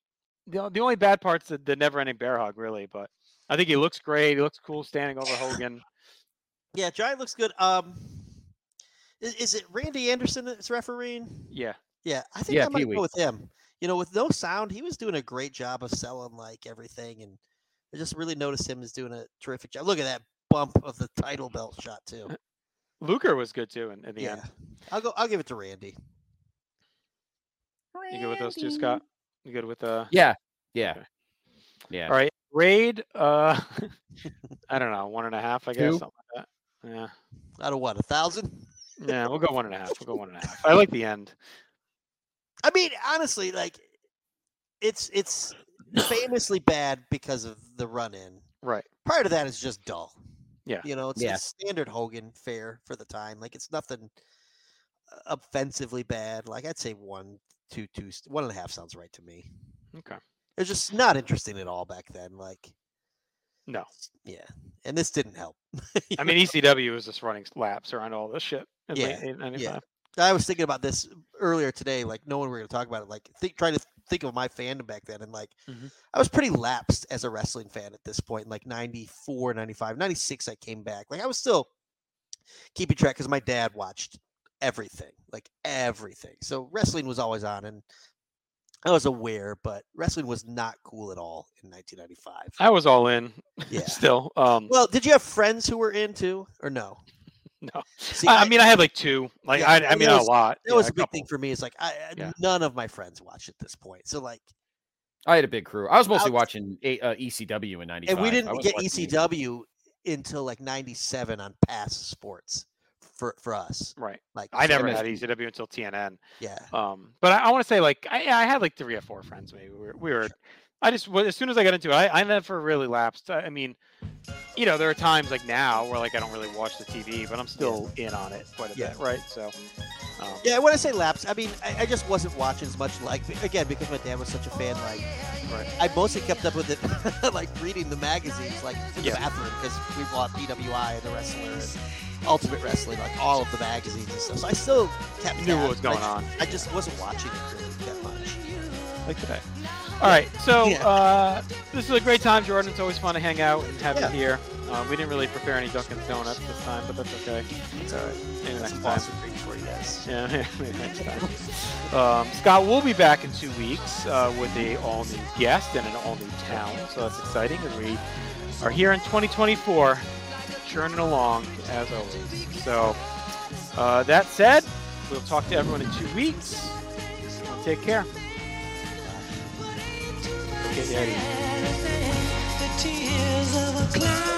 the, o- the only bad part's the, the never ending bear hug, really. But I think he looks great. He looks cool standing over Hogan.
Yeah, Giant looks good. Um, is, is it Randy Anderson that's refereeing?
Yeah.
Yeah, I think
Yeah,
I might
Pee-wee.
go with him. You know, with no sound, he was doing a great job of selling like everything, and I just really noticed him as doing a terrific job. Look at that bump of the title belt shot too.
Luger was good too in, in the
Yeah,
end.
I'll go. I'll give it to Randy.
You good with those two, Scott? You good with uh?
Yeah, yeah,
Okay.
yeah.
All right. grade, uh, I don't know, one and a half, I guess.
Two?
Something like that. Yeah.
Out of what, a thousand?
Yeah, we'll go one and a half. We'll go one and a half. I like the end.
I mean, honestly, like it's it's famously bad because of the run in.
Right.
Prior to that, it's just dull.
Yeah.
You know, it's
Yeah.
a standard Hogan fare for the time. Like it's nothing uh, offensively bad. Like I'd say one, two, two, s- one and a half sounds right to me.
Okay.
It was just not interesting at all back then. Like
No.
yeah, and this didn't help.
I mean, E ECW was just running laps around all this shit. in
yeah,
late 95.
yeah. I was thinking about this earlier today. Like, no one were going to talk about it. Like, think, trying to think of my fandom back then, and like,
Mm-hmm.
I was pretty lapsed as a wrestling fan at this point. Like 94, 95, 96, I came back. Like, I was still keeping track because my dad watched everything, like everything. So wrestling was always on, and I was aware, but wrestling was not cool at all in 1995.
I was all in.
Yeah.
Still. Um,
Well, did you have friends who were into or no?
No.
See,
I, I mean, I had like two. Like,
Yeah,
I, I
that
mean, not
was-
a lot.
That
Yeah,
was
a
a big
couple.
thing for me. Is like I I-
Yeah.
none of my friends watch at this point. So like,
I had a big crew. I was mostly watching A- uh, ECW in '95,
and
I
we didn't
was
get
E
watching
ECW until like '97 on Pass Sports for for us.
Right.
Like
I never had
ECW.
ECW until TNN.
Yeah.
Um, but I, I want to say like I, I had like three or four friends maybe. We were, we were I just well, as soon as I got into it, I, I never really lapsed. I, I mean, you know, there are times like now where like I don't really watch the TV, but I'm still in on it quite a
Yeah.
bit, right? So, um,
Yeah, when I say laps, I mean I, I just wasn't watching as much. Like again, because my dad was such a fan. Like I mostly kept up with it, like reading the magazines, like in
Yeah.
the bathroom, because we bought BWI and The Wrestler and Ultimate Wrestling, like all of the magazines and stuff. So I still kept
Knew what
tabs,
was
but I
going on.
just- I just wasn't watching it really that much.
like today. All right, so uh, this is a great time, Jordan. It's always fun to hang out and have
Yeah.
you here. Um, we didn't really prepare any Dunkin' Donuts this time, but that's okay.
It's all right.
Maybe
That's
next
a
time.
Boston thing for you guys.
Yeah, maybe next time. Um, Scott will be back in two weeks uh, with a all new guest and an all new town, so that's exciting as we are here in 2024, churning along as always. So uh, that said, we'll talk to everyone in two weeks. Take care. Get ready.
the tears of a clown. Mm. Oh, Oh, Oh, Oh,